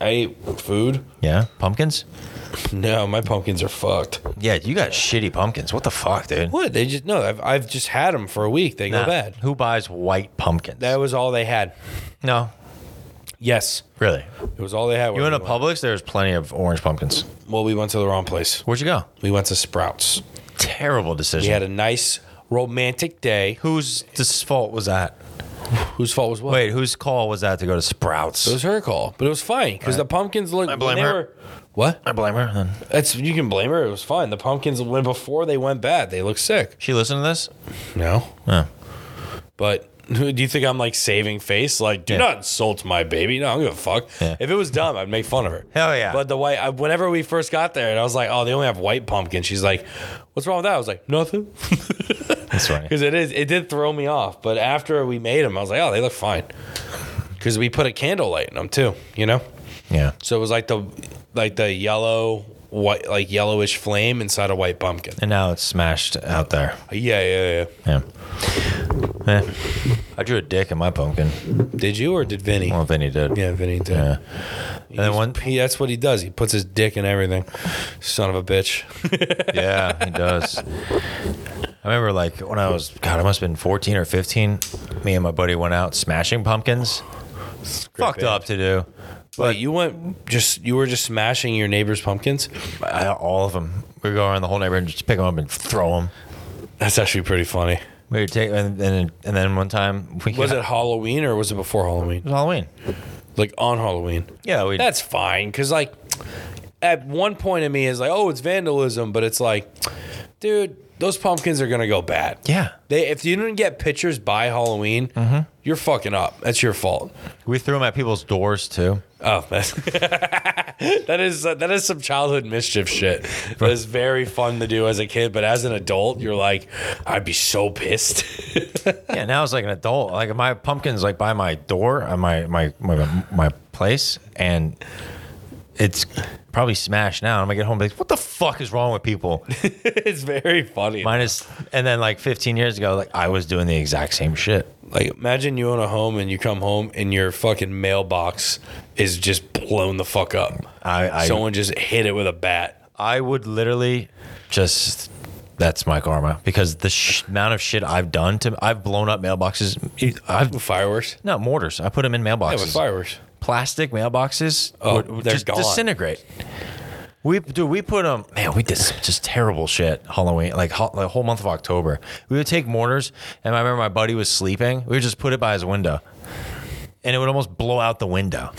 Speaker 1: I ate food.
Speaker 2: Yeah, pumpkins.
Speaker 1: No, my pumpkins are fucked.
Speaker 2: Yeah, you got shitty pumpkins. What the fuck, dude?
Speaker 1: What? They just no. I've, I've just had them for a week. They
Speaker 2: Nah.
Speaker 1: go bad.
Speaker 2: Who buys white pumpkins?
Speaker 1: That was all they had.
Speaker 2: no,
Speaker 1: Yes,
Speaker 2: really.
Speaker 1: it was all they had.
Speaker 2: You went to
Speaker 1: when we went.
Speaker 2: Publix. There's plenty of orange pumpkins.
Speaker 1: Well, we went to the wrong place.
Speaker 2: Where'd you go?
Speaker 1: We went to Sprouts.
Speaker 2: Terrible decision.
Speaker 1: We had a nice romantic day.
Speaker 2: Whose this fault was that?
Speaker 1: Whose fault was what?
Speaker 2: Wait, whose call was that to go to Sprouts?
Speaker 1: It was her call, but it was fine because the pumpkins looked.
Speaker 2: I
Speaker 1: when
Speaker 2: blame
Speaker 1: they
Speaker 2: her.
Speaker 1: were- what?
Speaker 2: I blame her. Then
Speaker 1: That's you can blame her. It was fine. The pumpkins went before they went bad. They looked sick.
Speaker 2: she listened to this.
Speaker 1: No,
Speaker 2: Oh.
Speaker 1: but do you think I'm like saving face? Like, do
Speaker 2: Yeah.
Speaker 1: not insult my baby. No, I don't give a fuck.
Speaker 2: Yeah.
Speaker 1: If it was dumb, I'd make fun of her.
Speaker 2: Hell yeah.
Speaker 1: But the white. I, whenever we first got there, and I was like, oh, they only have white pumpkin. She's like, what's wrong with that? I was like, nothing.
Speaker 2: That's funny.
Speaker 1: Because it is, it did throw me off. But after we made them, I was like, oh, they look fine. Because we put a candlelight in them too, you know.
Speaker 2: Yeah.
Speaker 1: So it was like the like the yellow white like yellowish flame inside a white pumpkin. Uh,
Speaker 2: And now it's smashed out there.
Speaker 1: Yeah, yeah, yeah.
Speaker 2: Yeah. Eh. I drew a dick in my pumpkin.
Speaker 1: Did you or did Vinny?
Speaker 2: Well, Vinny did.
Speaker 1: yeah, Vinny did.
Speaker 2: Yeah. And then one.
Speaker 1: He, that's what he does. He puts his dick in everything. Son of a bitch.
Speaker 2: Yeah, he does. I remember, like, when I was, God, I must have been 14 or 15, me and my buddy went out smashing pumpkins. Fucked
Speaker 1: band.
Speaker 2: up to do.
Speaker 1: But you went just you were just smashing your neighbor's pumpkins.
Speaker 2: I, all of them. We would go around the whole neighborhood and just pick them up and throw them.
Speaker 1: That's actually pretty funny.
Speaker 2: We would take, and, and, and then one time we
Speaker 1: Was
Speaker 2: got-
Speaker 1: it Halloween or was it before Halloween?
Speaker 2: was Halloween.
Speaker 1: Like on Halloween.
Speaker 2: Yeah, we.
Speaker 1: That's fine because like at one point in me is like, oh, it's vandalism, but it's like, dude, those pumpkins are gonna go bad.
Speaker 2: yeah.
Speaker 1: They if you didn't get pictures by Halloween, you're fucking up. That's your fault.
Speaker 2: We threw them at people's doors too.
Speaker 1: Oh, that's, that is uh, that is some childhood mischief shit. That is very fun to do as a kid, but as an adult, you're like, I'd be so pissed.
Speaker 2: Yeah, now it's like an adult. Like my pumpkin's like by my door, uh, my my my, my place, and it's probably smashed now. I'm gonna get home. and be Like, what the fuck is wrong with people?
Speaker 1: it's very funny.
Speaker 2: Minus, and then like 15 years ago, like I was doing the exact same shit.
Speaker 1: like imagine you own a home and you come home and your fucking mailbox is just blown the fuck up.
Speaker 2: I I,
Speaker 1: Someone just hit it with a bat.
Speaker 2: I would literally just. That's my karma because the sh- amount of shit I've done to I've blown up mailboxes. I've
Speaker 1: With fireworks.
Speaker 2: no mortars. I put them in mailboxes.
Speaker 1: Yeah, with fireworks.
Speaker 2: plastic mailboxes
Speaker 1: Oh,
Speaker 2: would- would
Speaker 1: they're
Speaker 2: just
Speaker 1: gone.
Speaker 2: disintegrate. We do we put them man we did some just terrible shit Halloween like ho- the whole month of October we would take mortars and I remember my buddy was sleeping we would just put it by his window and it would almost blow out the window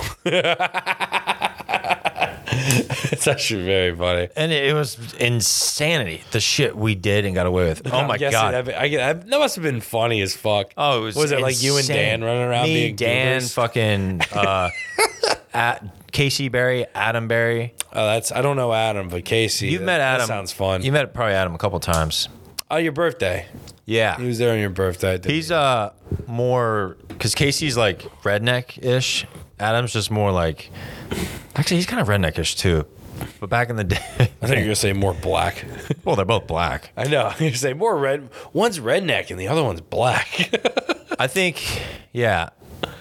Speaker 1: It's actually very funny.
Speaker 2: and it, it was insanity the shit we did and got away with oh
Speaker 1: I'm
Speaker 2: my
Speaker 1: guessing
Speaker 2: god
Speaker 1: That, I, I, that must have been funny as fuck.
Speaker 2: oh it was
Speaker 1: Was it like you and
Speaker 2: insane.
Speaker 1: Dan running around
Speaker 2: Me,
Speaker 1: being
Speaker 2: Dan
Speaker 1: goobers?
Speaker 2: fucking uh, at Casey Berry Adam Berry
Speaker 1: Oh, that's I don't know Adam, but Casey.
Speaker 2: you've
Speaker 1: that-
Speaker 2: met
Speaker 1: that
Speaker 2: Adam
Speaker 1: sounds fun.
Speaker 2: you met probably Adam a couple times
Speaker 1: oh, your birthday.
Speaker 2: yeah
Speaker 1: He was there on your birthday. didn't
Speaker 2: He's uh more because Casey's like redneck ish. Adam's just more like actually he's kind of redneck ish too. But back in the day,
Speaker 1: he? I think you're gonna say more black.
Speaker 2: well, they're both black.
Speaker 1: I know. You say more red. One's redneck and the other one's black.
Speaker 2: I think, yeah.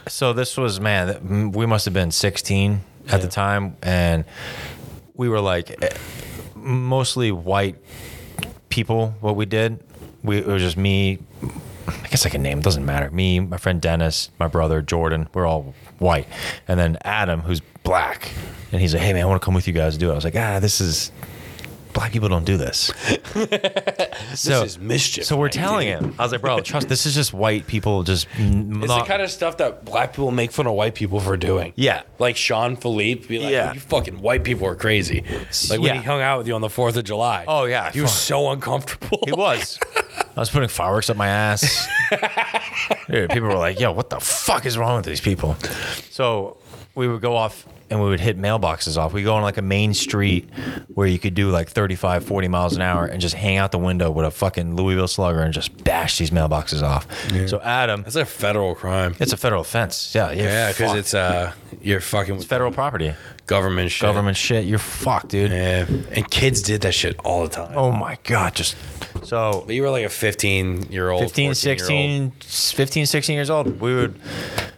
Speaker 2: So this was man, that- mm, we must have been 16 at the time, and we were like eh, mostly white people. What we did, we it was just me. I guess I can name. It doesn't matter. Me, my friend Dennis, my brother Jordan. We're all white, and then Adam, who's black, and he's like, "Hey man, I want to come with you guys to do it." I was like, "Ah, this is." Black people don't do this. so,
Speaker 1: this is mischief.
Speaker 2: so we're telling him. I was like, bro, trust. This is just white people just. n-
Speaker 1: it's
Speaker 2: not-
Speaker 1: the kind of stuff that black people make fun of white people for doing.
Speaker 2: Yeah.
Speaker 1: Like Sean Philippe, be like,
Speaker 2: Yeah.
Speaker 1: you fucking white people are crazy. Like when
Speaker 2: Yeah.
Speaker 1: he hung out with you on the 4th of July.
Speaker 2: Oh, yeah.
Speaker 1: He was so uncomfortable.
Speaker 2: It was. I was putting fireworks up my ass. Dude, people were like, "Yo, what the fuck is wrong with these people?" So we would go off and we would hit mailboxes off. We go on like a main street where you could do like 35, 40 miles an hour and just hang out the window with a fucking Louisville slugger and just bash these mailboxes off. So Adam,
Speaker 1: That's a federal crime.
Speaker 2: it's a federal offense. Yeah, yeah,
Speaker 1: Yeah,
Speaker 2: fuck.
Speaker 1: because it's uh, you're fucking with
Speaker 2: federal property,
Speaker 1: government shit.
Speaker 2: government shit. You're fucked, dude.
Speaker 1: Yeah, and kids did that shit all the time.
Speaker 2: Oh my Oh god, just So
Speaker 1: But you were like a 15 year old,
Speaker 2: 15, 16, 15, 16 years old, we would,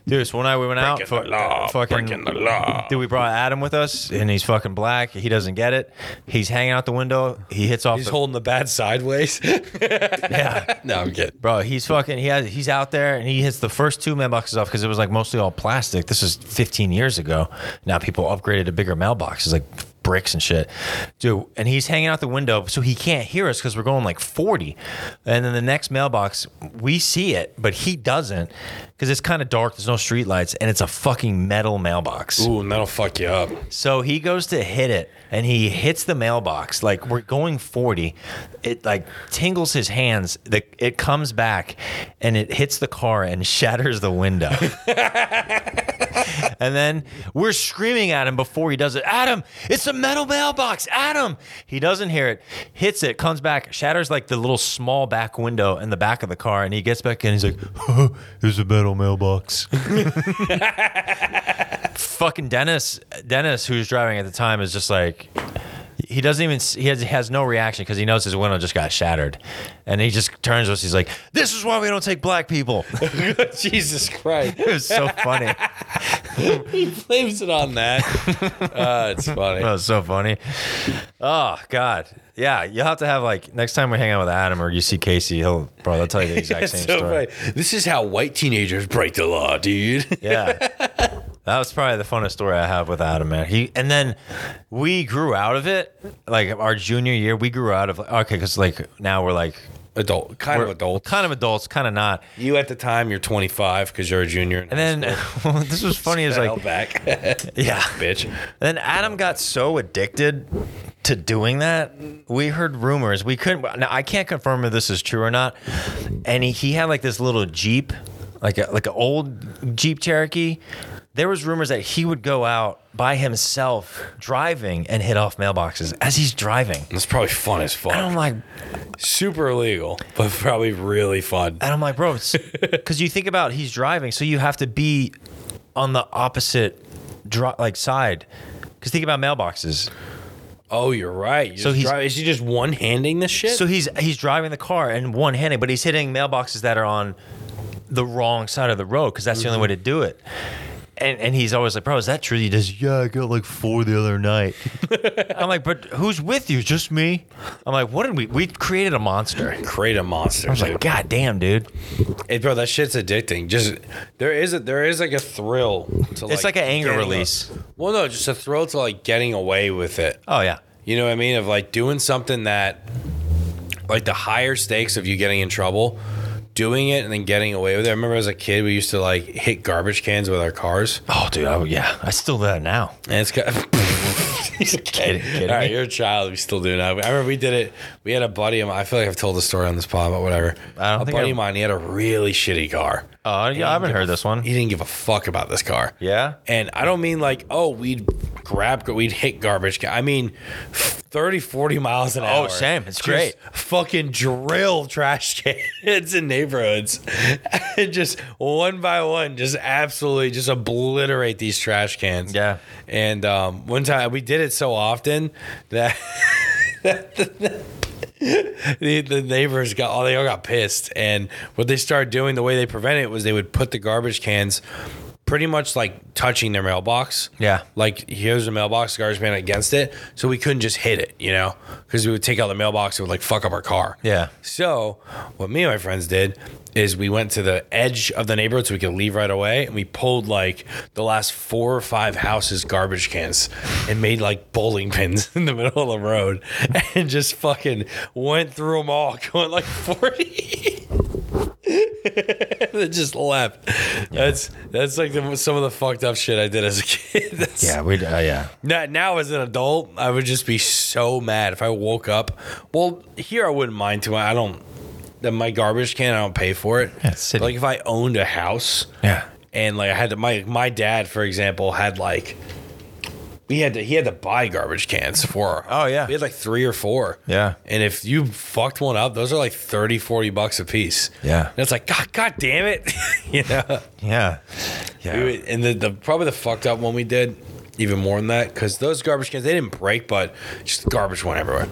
Speaker 2: dude, so one night we went out,
Speaker 1: Breaking the law,
Speaker 2: fu- fucking,
Speaker 1: breaking the law.
Speaker 2: dude, we brought Adam with us, and he's fucking black. He doesn't get it. He's hanging out the window. He hits off
Speaker 1: He's
Speaker 2: the,
Speaker 1: holding the bat sideways.
Speaker 2: yeah.
Speaker 1: no, I'm kidding.
Speaker 2: Bro, he's fucking. He has. He's out there, and he hits the first two mailboxes off because it was like mostly all plastic. This is 15 years ago. Now people upgraded to bigger mailboxes, like bricks and shit, dude. And he's hanging out the window, so he can't hear us because we're going like 40. And then the next mailbox, we see it, but he doesn't because it's kind of dark. There's no street lights, and it's a fucking metal mailbox.
Speaker 1: Ooh, and that'll fuck you up.
Speaker 2: So he goes to hit it and he hits the mailbox. Like we're going 40. It like tingles his hands. The, it comes back and it hits the car and shatters the window. and then we're screaming at him before he does it. Adam, it's a metal mailbox. Adam. He doesn't hear it, hits it, comes back, shatters like the little small back window in the back of the car. And he gets back in. He's like, it was a metal mailbox fucking Dennis Dennis who's driving at the time is just like he doesn't even he has, has no reaction because he knows his window just got shattered and he just turns to us he's like this is why we don't take black people it
Speaker 1: Jesus Christ.
Speaker 2: was so funny that
Speaker 1: Blames it on that. Uh, it's funny.
Speaker 2: was so funny oh god yeah you'll have to have like next time we hang out with Adam or you see Casey he'll bro they'll tell you the exact
Speaker 1: It's
Speaker 2: same
Speaker 1: so
Speaker 2: story
Speaker 1: funny. This is how white teenagers break the law, dude.
Speaker 2: Yeah. That was probably the funnest story I have with Adam, man. He and then we grew out of it. Like our junior year, we grew out of okay, because like now we're like
Speaker 1: Adult, kind
Speaker 2: we're
Speaker 1: of adult.
Speaker 2: kind of adults, kind of not.
Speaker 1: You at the time, you're 25 because you're a junior.
Speaker 2: And then this was funny is like
Speaker 1: back,
Speaker 2: yeah.
Speaker 1: bitch.
Speaker 2: And then Adam got so addicted to doing that. We heard rumors. We couldn't. Now I can't confirm if this is true or not. And he, he had like this little Jeep, like a, like an old Jeep Cherokee. There was rumors that he would go out by himself driving and hit off mailboxes as he's driving.
Speaker 1: That's probably fun as fuck.
Speaker 2: And I'm like,
Speaker 1: Super illegal, but probably really fun.
Speaker 2: and I'm like, bro, because you think about he's driving, so you have to be on the opposite, dri- like side. Because think about mailboxes.
Speaker 1: Oh, you're right. You so
Speaker 2: he's-
Speaker 1: is he just one handing this shit?
Speaker 2: So he's he's driving the car and one handed, but he's hitting mailboxes that are on the wrong side of the road because that's
Speaker 1: Mm-hmm.
Speaker 2: the only way to do it. And and he's always like, bro, is that true? He does. Yeah, I got like four the other night. I'm like, but who's with you? Just me. I'm like, what did we? We created a monster.
Speaker 1: create a monster.
Speaker 2: I was like, God damn, dude.
Speaker 1: Hey, bro, that shit's addicting. Just there is a there is like a thrill to like
Speaker 2: It's like an anger
Speaker 1: getting a-
Speaker 2: release.
Speaker 1: well, no, just a thrill to like getting away with it.
Speaker 2: Oh yeah.
Speaker 1: You know what I mean? Of like doing something that, like the higher stakes of you getting in trouble, doing it and then getting away with it. I remember as a kid, we used to like hit garbage cans with our cars.
Speaker 2: Oh, dude. I, yeah. I still do that now.
Speaker 1: And it's kind of. He's a kid.
Speaker 2: kidding
Speaker 1: All right,
Speaker 2: me?
Speaker 1: you're a child. We still do now. I remember we did it. We had a buddy of mine. I feel like I've told the story on this pod, but whatever.
Speaker 2: I don't
Speaker 1: a
Speaker 2: think
Speaker 1: buddy
Speaker 2: I-
Speaker 1: of mine. He had a really shitty car.
Speaker 2: Oh, yeah. I haven't heard this one.
Speaker 1: He didn't give a fuck about this car.
Speaker 2: Yeah.
Speaker 1: And I don't mean like, oh, we'd grab, we'd hit garbage. ca- I mean, 30, 40 miles an hour.
Speaker 2: Oh, same. It's
Speaker 1: Just
Speaker 2: great.
Speaker 1: Fucking drill trash cans in neighborhoods. and just one by one, just absolutely just obliterate these trash cans.
Speaker 2: Yeah.
Speaker 1: And um, one time we did it so often that. the, the neighbors got all they all got pissed and what they started doing the way they prevented it was they would put the garbage cans pretty much like touching their mailbox
Speaker 2: Yeah.
Speaker 1: like here's the mailbox garbage can against it so we couldn't just hit it you know because we would take out the mailbox it would like fuck up our car
Speaker 2: Yeah.
Speaker 1: so what me and my friends did is we went to the edge of the neighborhood so we could leave right away and we pulled like the last four or five houses garbage cans and made like bowling pins in the middle of the road and just fucking went through them all going like 40 that just left. That's that's like the, some of the fucked up shit I did as a kid. That's-
Speaker 2: Yeah. We. Uh, yeah.
Speaker 1: now, now as an adult, I would just be so mad if I woke up. Well, here I wouldn't mind too much. I don't. That my garbage can, I don't pay for it.
Speaker 2: Yeah, it's city.
Speaker 1: like if I owned a house,
Speaker 2: Yeah.
Speaker 1: and like I had to, my my dad, for example, had like we had to he had to buy garbage cans for our
Speaker 2: Oh, yeah.
Speaker 1: we had like three or four
Speaker 2: Yeah.
Speaker 1: and if you fucked one up those are like 30 40 bucks a piece
Speaker 2: Yeah.
Speaker 1: and it's like god god damn it you know
Speaker 2: Yeah. Yeah.
Speaker 1: we would- and the, the probably the fucked up one we did even more than that because those garbage cans they didn't break, but just the garbage went everywhere.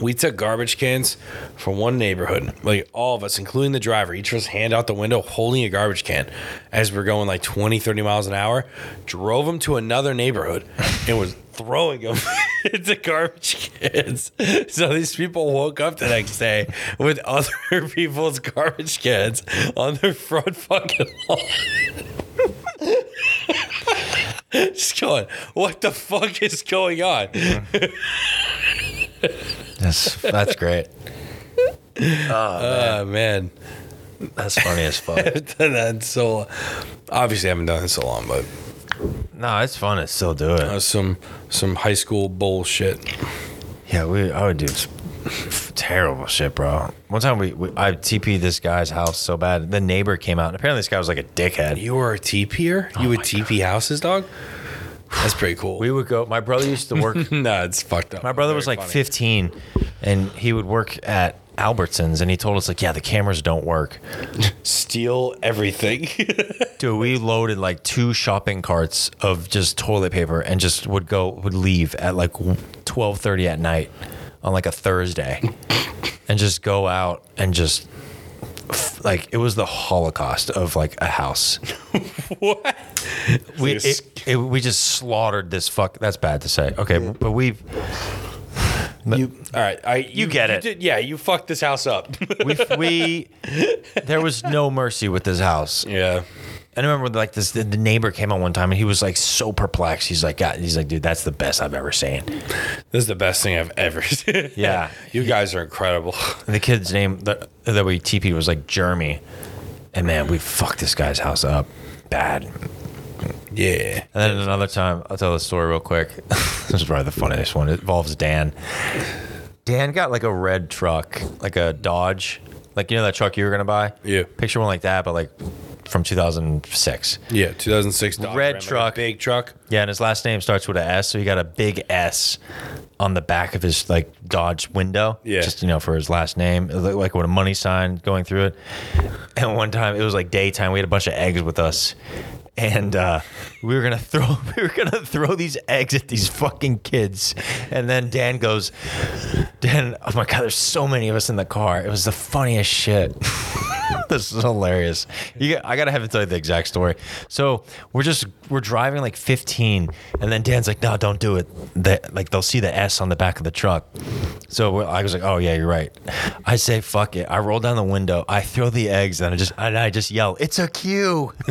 Speaker 1: We took garbage cans from one neighborhood, like all of us, including the driver, each of us hand out the window holding a garbage can as we are going like 20, 30 miles an hour, drove them to another neighborhood and was throwing them into garbage cans. So these people woke up the next day with other people's garbage cans on their front fucking lawn. Just going, what the fuck is going on?
Speaker 2: Uh-huh. That's that's great.
Speaker 1: Oh, man.
Speaker 2: That's funny as fuck.
Speaker 1: done that in so long. obviously I haven't done it in so long, but
Speaker 2: no, it's fun to still do
Speaker 1: that
Speaker 2: it.
Speaker 1: was some some high school bullshit.
Speaker 2: Yeah, we I would do s- terrible shit, bro. One time we, we I TP'd this guy's house so bad. The neighbor came out and apparently this guy was like a dickhead.
Speaker 1: You were a TPer? you would TP houses, dog? That's pretty cool.
Speaker 2: Oh We would go. My brother used to work.
Speaker 1: nah, it's fucked up.
Speaker 2: my brother
Speaker 1: Very
Speaker 2: was like
Speaker 1: funny.
Speaker 2: 15, and he would work at Albertsons, and he told us like, yeah, the cameras don't work.
Speaker 1: steal everything.
Speaker 2: Dude, we loaded like two shopping carts of just toilet paper, and just would go would leave at like 12:30 at night on like a Thursday, and just go out and just. f- Like it was the Holocaust of like a house.
Speaker 1: what?
Speaker 2: We
Speaker 1: Like a s-
Speaker 2: it, it, we just slaughtered this fuck. That's bad to say. Okay, but we
Speaker 1: All right, I you,
Speaker 2: get
Speaker 1: you
Speaker 2: it.
Speaker 1: did- yeah, you fucked this house up.
Speaker 2: we, we there was no mercy with this house.
Speaker 1: yeah.
Speaker 2: And I remember like this the, the neighbor came on one time and he was like so perplexed. He's like, God, he's like, dude, that's the best I've ever seen.
Speaker 1: This is the best thing I've ever seen.
Speaker 2: Yeah.
Speaker 1: You guys are incredible.
Speaker 2: And the kid's name that, that we TP was like Jeremy. And man, we fucked this guy's house up bad. And
Speaker 1: Yeah.
Speaker 2: then another time, I'll tell the story real quick. this is probably the funniest one. It involves Dan. Dan got like a red truck, like a Dodge, like you know that truck you were gonna buy.
Speaker 1: Yeah.
Speaker 2: Picture one like that, but like from 2006.
Speaker 1: Yeah, 2006 Dodge
Speaker 2: Red
Speaker 1: Ram, like a
Speaker 2: truck.
Speaker 1: big truck.
Speaker 2: Yeah, and his last name starts with a S, so he got a big S on the back of his like Dodge window.
Speaker 1: Yeah.
Speaker 2: Just you know, for his last name. It looked like with a money sign going through it. And one time it was like daytime, we had a bunch of eggs with us. And uh, we were gonna throw we were gonna throw these eggs at these fucking kids. And then Dan goes, Dan, oh my god, there's so many of us in the car. It was the funniest shit. this is hilarious. You got, I gotta have to tell you the exact story. So we're just we're driving like 15, and then Dan's like, "No, don't do it." They, like they'll see the S on the back of the truck. So we're, I was like, "Oh yeah, you're right." I say, "Fuck it." I roll down the window. I throw the eggs, and I just and I just yell, "It's a Q!"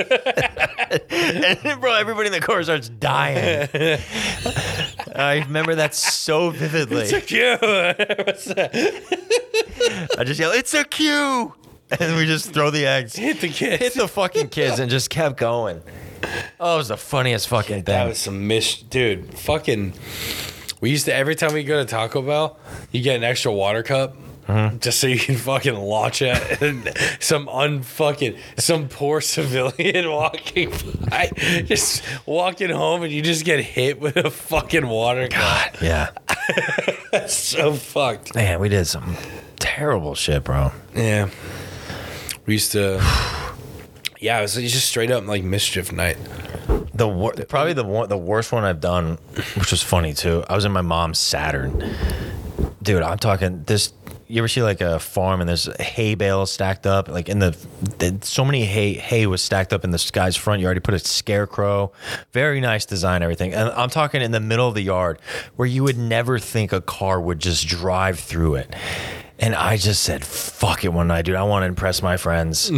Speaker 2: and bro, everybody in the car starts dying. I remember that so vividly. I just yell, "It's a Q!" And we just throw the eggs,
Speaker 1: Hit the kid.
Speaker 2: hit the fucking kids, and just kept going. Oh, it was the funniest fucking
Speaker 1: That
Speaker 2: thing.
Speaker 1: was some mish, dude. Fucking, we used to every time we go to Taco Bell, you get an extra water cup.
Speaker 2: Uh-huh.
Speaker 1: Just so you can fucking launch at and some unfucking some poor civilian walking by, just walking home, and you just get hit with a fucking water cup.
Speaker 2: yeah,
Speaker 1: That's so fucked.
Speaker 2: man, we did some terrible shit, bro.
Speaker 1: Yeah, we used to. Yeah, it was just straight up like mischief night.
Speaker 2: The wor- probably the one, the worst one I've done, which was funny too. I was in my mom's Saturn, dude. I'm talking this. You ever see like a farm and there's hay bales stacked up, like in the, the so many hay hay was stacked up in this guy's front yard. He put a scarecrow, very nice design, everything. And I'm talking in the middle of the yard where you would never think a car would just drive through it. And I just said, "Fuck it," one night, dude. I want to impress my friends.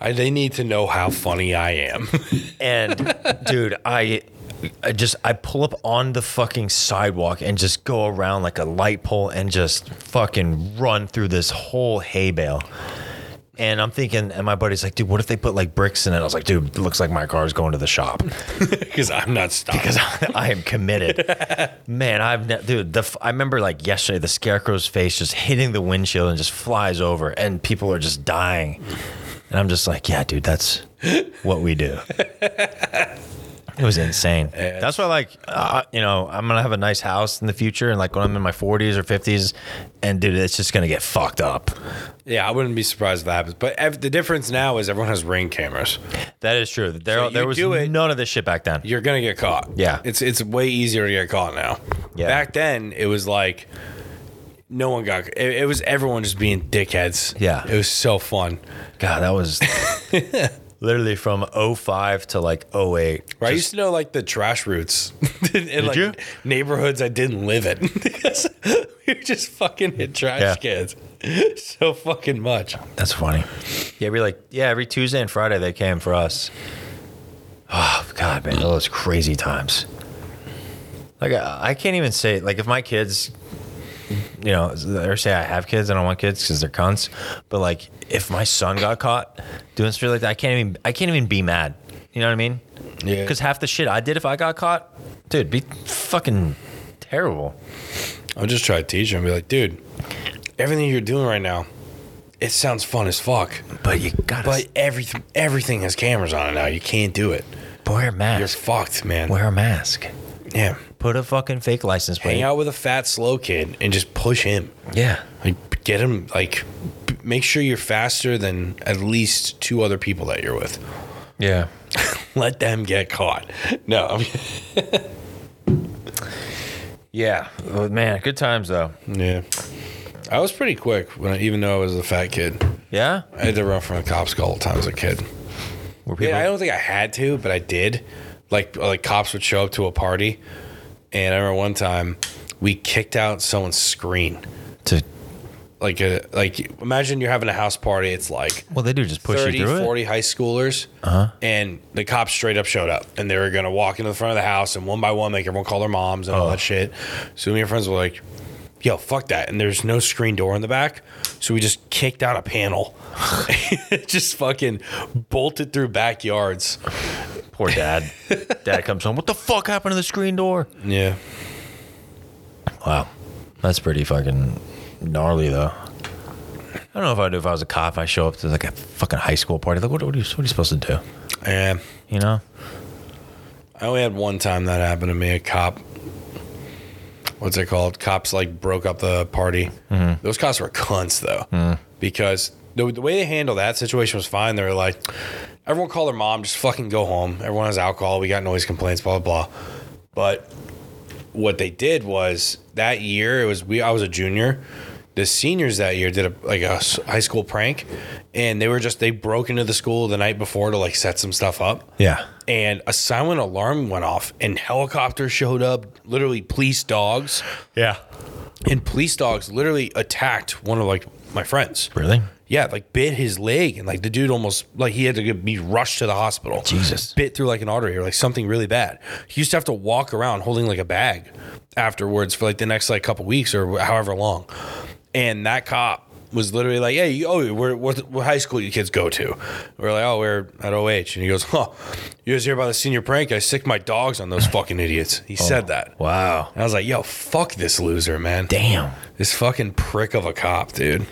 Speaker 1: I, they need to know how funny I am.
Speaker 2: And dude, I I just I pull up on the fucking sidewalk and just go around like a light pole and just fucking run through this whole hay bale. And I'm thinking, and my buddy's like, dude, what if they put like bricks in it? I was like, dude, it looks like my car's going to the shop
Speaker 1: Because I'm not stopping.
Speaker 2: because I, I am committed. Man, I've ne- dude, the f- I remember like yesterday, the scarecrow's face just hitting the windshield and just flies over, and people are just dying. And I'm just like, yeah, dude, that's what we do. It was insane. That's why, like, uh, you know, I'm gonna have a nice house in the future, and like when I'm in my 40s or 50s, and dude, it's just gonna get fucked up.
Speaker 1: Yeah, I wouldn't be surprised if that happens. But ev- the difference now is everyone has ring cameras.
Speaker 2: That is true. There,
Speaker 1: So you
Speaker 2: there was
Speaker 1: do it-
Speaker 2: none of this shit back then.
Speaker 1: You're gonna get caught.
Speaker 2: Yeah.
Speaker 1: it's it's way easier to get caught now.
Speaker 2: Yeah.
Speaker 1: Back then, it was like no one got. It, it was everyone just being dickheads.
Speaker 2: Yeah.
Speaker 1: it was so fun.
Speaker 2: God, that was literally from 05 to like 08.
Speaker 1: Right, I used to know like the trash routes in, in, like
Speaker 2: you?
Speaker 1: neighborhoods I didn't live in because we were just fucking hit trash
Speaker 2: Yeah.
Speaker 1: cans so fucking much.
Speaker 2: That's funny. Yeah, we like yeah, every Tuesday and Friday they came for us. Oh God, man, those crazy times. Like uh, I, I can't even say like if my kids, you know, or say I have kids, I don't want kids because they're cunts. But like if my son got caught doing something like that, I can't even I can't even be mad. You know what I mean?
Speaker 1: Yeah.
Speaker 2: Because half the shit I did if I got caught, dude, be fucking terrible.
Speaker 1: I'll just try to teach him and be like, dude, everything you're doing right now, it sounds fun as fuck.
Speaker 2: But you gotta
Speaker 1: But everything everything has cameras on it now. You can't do it.
Speaker 2: wear a
Speaker 1: You're
Speaker 2: mask.
Speaker 1: fucked, man.
Speaker 2: Wear a mask.
Speaker 1: Yeah.
Speaker 2: Put a fucking fake license plate.
Speaker 1: Hang out with a fat slow kid and just push him.
Speaker 2: Yeah.
Speaker 1: Like get him like b- make sure you're faster than at least two other people that you're with.
Speaker 2: Yeah.
Speaker 1: Let them get caught. No, I'm
Speaker 2: Yeah. Oh, man, good times though.
Speaker 1: Yeah. I was pretty quick when I, even though I was a fat kid.
Speaker 2: Yeah.
Speaker 1: I had to run from the cops a couple times as a kid.
Speaker 2: Were people?
Speaker 1: Yeah, I don't think I had to, but I did. Like like cops would show up to a party, and I remember one time we kicked out someone's screen.
Speaker 2: to,
Speaker 1: Like a like imagine you're having a house party. It's like
Speaker 2: well, they do just push
Speaker 1: 30,
Speaker 2: you through Uh-huh.
Speaker 1: 40 high schoolers, and the cops straight up showed up, and they were gonna walk into the front of the house and one by one make everyone call their moms and all
Speaker 2: Uh-huh.
Speaker 1: that shit. So me and friends were like, "Yo, fuck that!" And there's no screen door in the back, so we just kicked out a panel, just fucking bolted through backyards.
Speaker 2: it. Poor dad. dad comes home. What the fuck happened to the screen door?
Speaker 1: Yeah.
Speaker 2: Wow, that's pretty fucking gnarly though. I don't know if I'd do if I was a cop. I show up to like a fucking high school party. Like, what, what, are, you, what are you supposed to do?
Speaker 1: Yeah.
Speaker 2: You know?
Speaker 1: I only had one time that happened to me. A cop, what's it called? Cops like broke up the party. Those cops were cunts though, because the, the way they handled that situation was fine. They were like, everyone call their mom, just fucking go home. Everyone has alcohol. We got noise complaints, blah blah. blah. But what they did was that year it was we I was a junior. The seniors that year did a like a s- high school prank, and they were just they broke into the school the night before to like set some stuff up
Speaker 2: Yeah.
Speaker 1: and a silent alarm went off and helicopters showed up literally police dogs
Speaker 2: Yeah.
Speaker 1: and police dogs literally attacked one of like my friends
Speaker 2: Really?
Speaker 1: yeah like bit his leg and like the dude almost like he had to get- be rushed to the hospital
Speaker 2: Jesus.
Speaker 1: bit through like an artery or like something really bad he used to have to walk around holding like a bag afterwards for like the next like couple weeks or however long and that cop was literally like, "Hey, you, oh, where, what, what high school you kids go to?" We're like, "Oh, we're at OH," and he goes, "Huh, you guys hear about the senior prank? I sick my dogs on those fucking idiots." He said that.
Speaker 2: Oh, Wow.
Speaker 1: And I was like, "Yo, fuck this loser, man!
Speaker 2: Damn.
Speaker 1: This fucking prick of a cop, dude."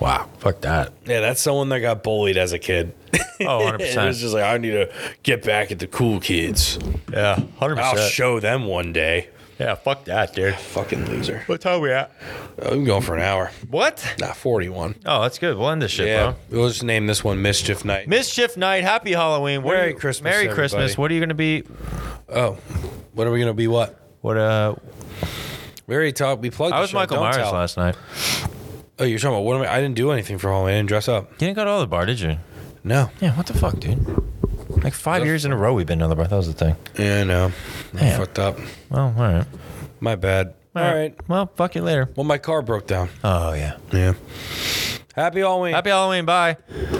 Speaker 2: Wow. Fuck that.
Speaker 1: Yeah, that's someone that got bullied as a kid.
Speaker 2: Oh, 100
Speaker 1: And it was
Speaker 2: percent.
Speaker 1: just like, I need to get back at the cool kids.
Speaker 2: Yeah, hundred
Speaker 1: I'll
Speaker 2: percent.
Speaker 1: show them one day.
Speaker 2: Yeah. Fuck that, dude.
Speaker 1: Fucking loser.
Speaker 2: What time we at?
Speaker 1: I'm going for an hour.
Speaker 2: What?
Speaker 1: Nah, 41.
Speaker 2: Oh, that's good. We'll end this shit,
Speaker 1: Yeah.
Speaker 2: bro.
Speaker 1: We'll just name this one Mischief Night.
Speaker 2: Mischief night. Happy Halloween. What are
Speaker 1: Merry
Speaker 2: you-
Speaker 1: Christmas,
Speaker 2: Merry Christmas.
Speaker 1: everybody.
Speaker 2: What are you gonna be?
Speaker 1: Oh, what are we gonna be? What?
Speaker 2: What? Uh,
Speaker 1: We already talked. We plugged.
Speaker 2: I
Speaker 1: the
Speaker 2: was
Speaker 1: show.
Speaker 2: Michael
Speaker 1: Don't
Speaker 2: Myers
Speaker 1: tell.
Speaker 2: last night.
Speaker 1: Oh, you're talking about what? Am I, I didn't do anything for Halloween. I didn't dress up.
Speaker 2: You didn't go to the bar, did you?
Speaker 1: No.
Speaker 2: Yeah. What the fuck, dude? Like five years in a row we've been to the bar. That was the thing.
Speaker 1: Yeah, no. I
Speaker 2: Yeah.
Speaker 1: fucked up.
Speaker 2: Well, all right.
Speaker 1: My bad. All right.
Speaker 2: Well, fuck you later.
Speaker 1: Well, my car broke down.
Speaker 2: Oh yeah.
Speaker 1: Yeah. Happy Halloween.
Speaker 2: Happy Halloween. Bye.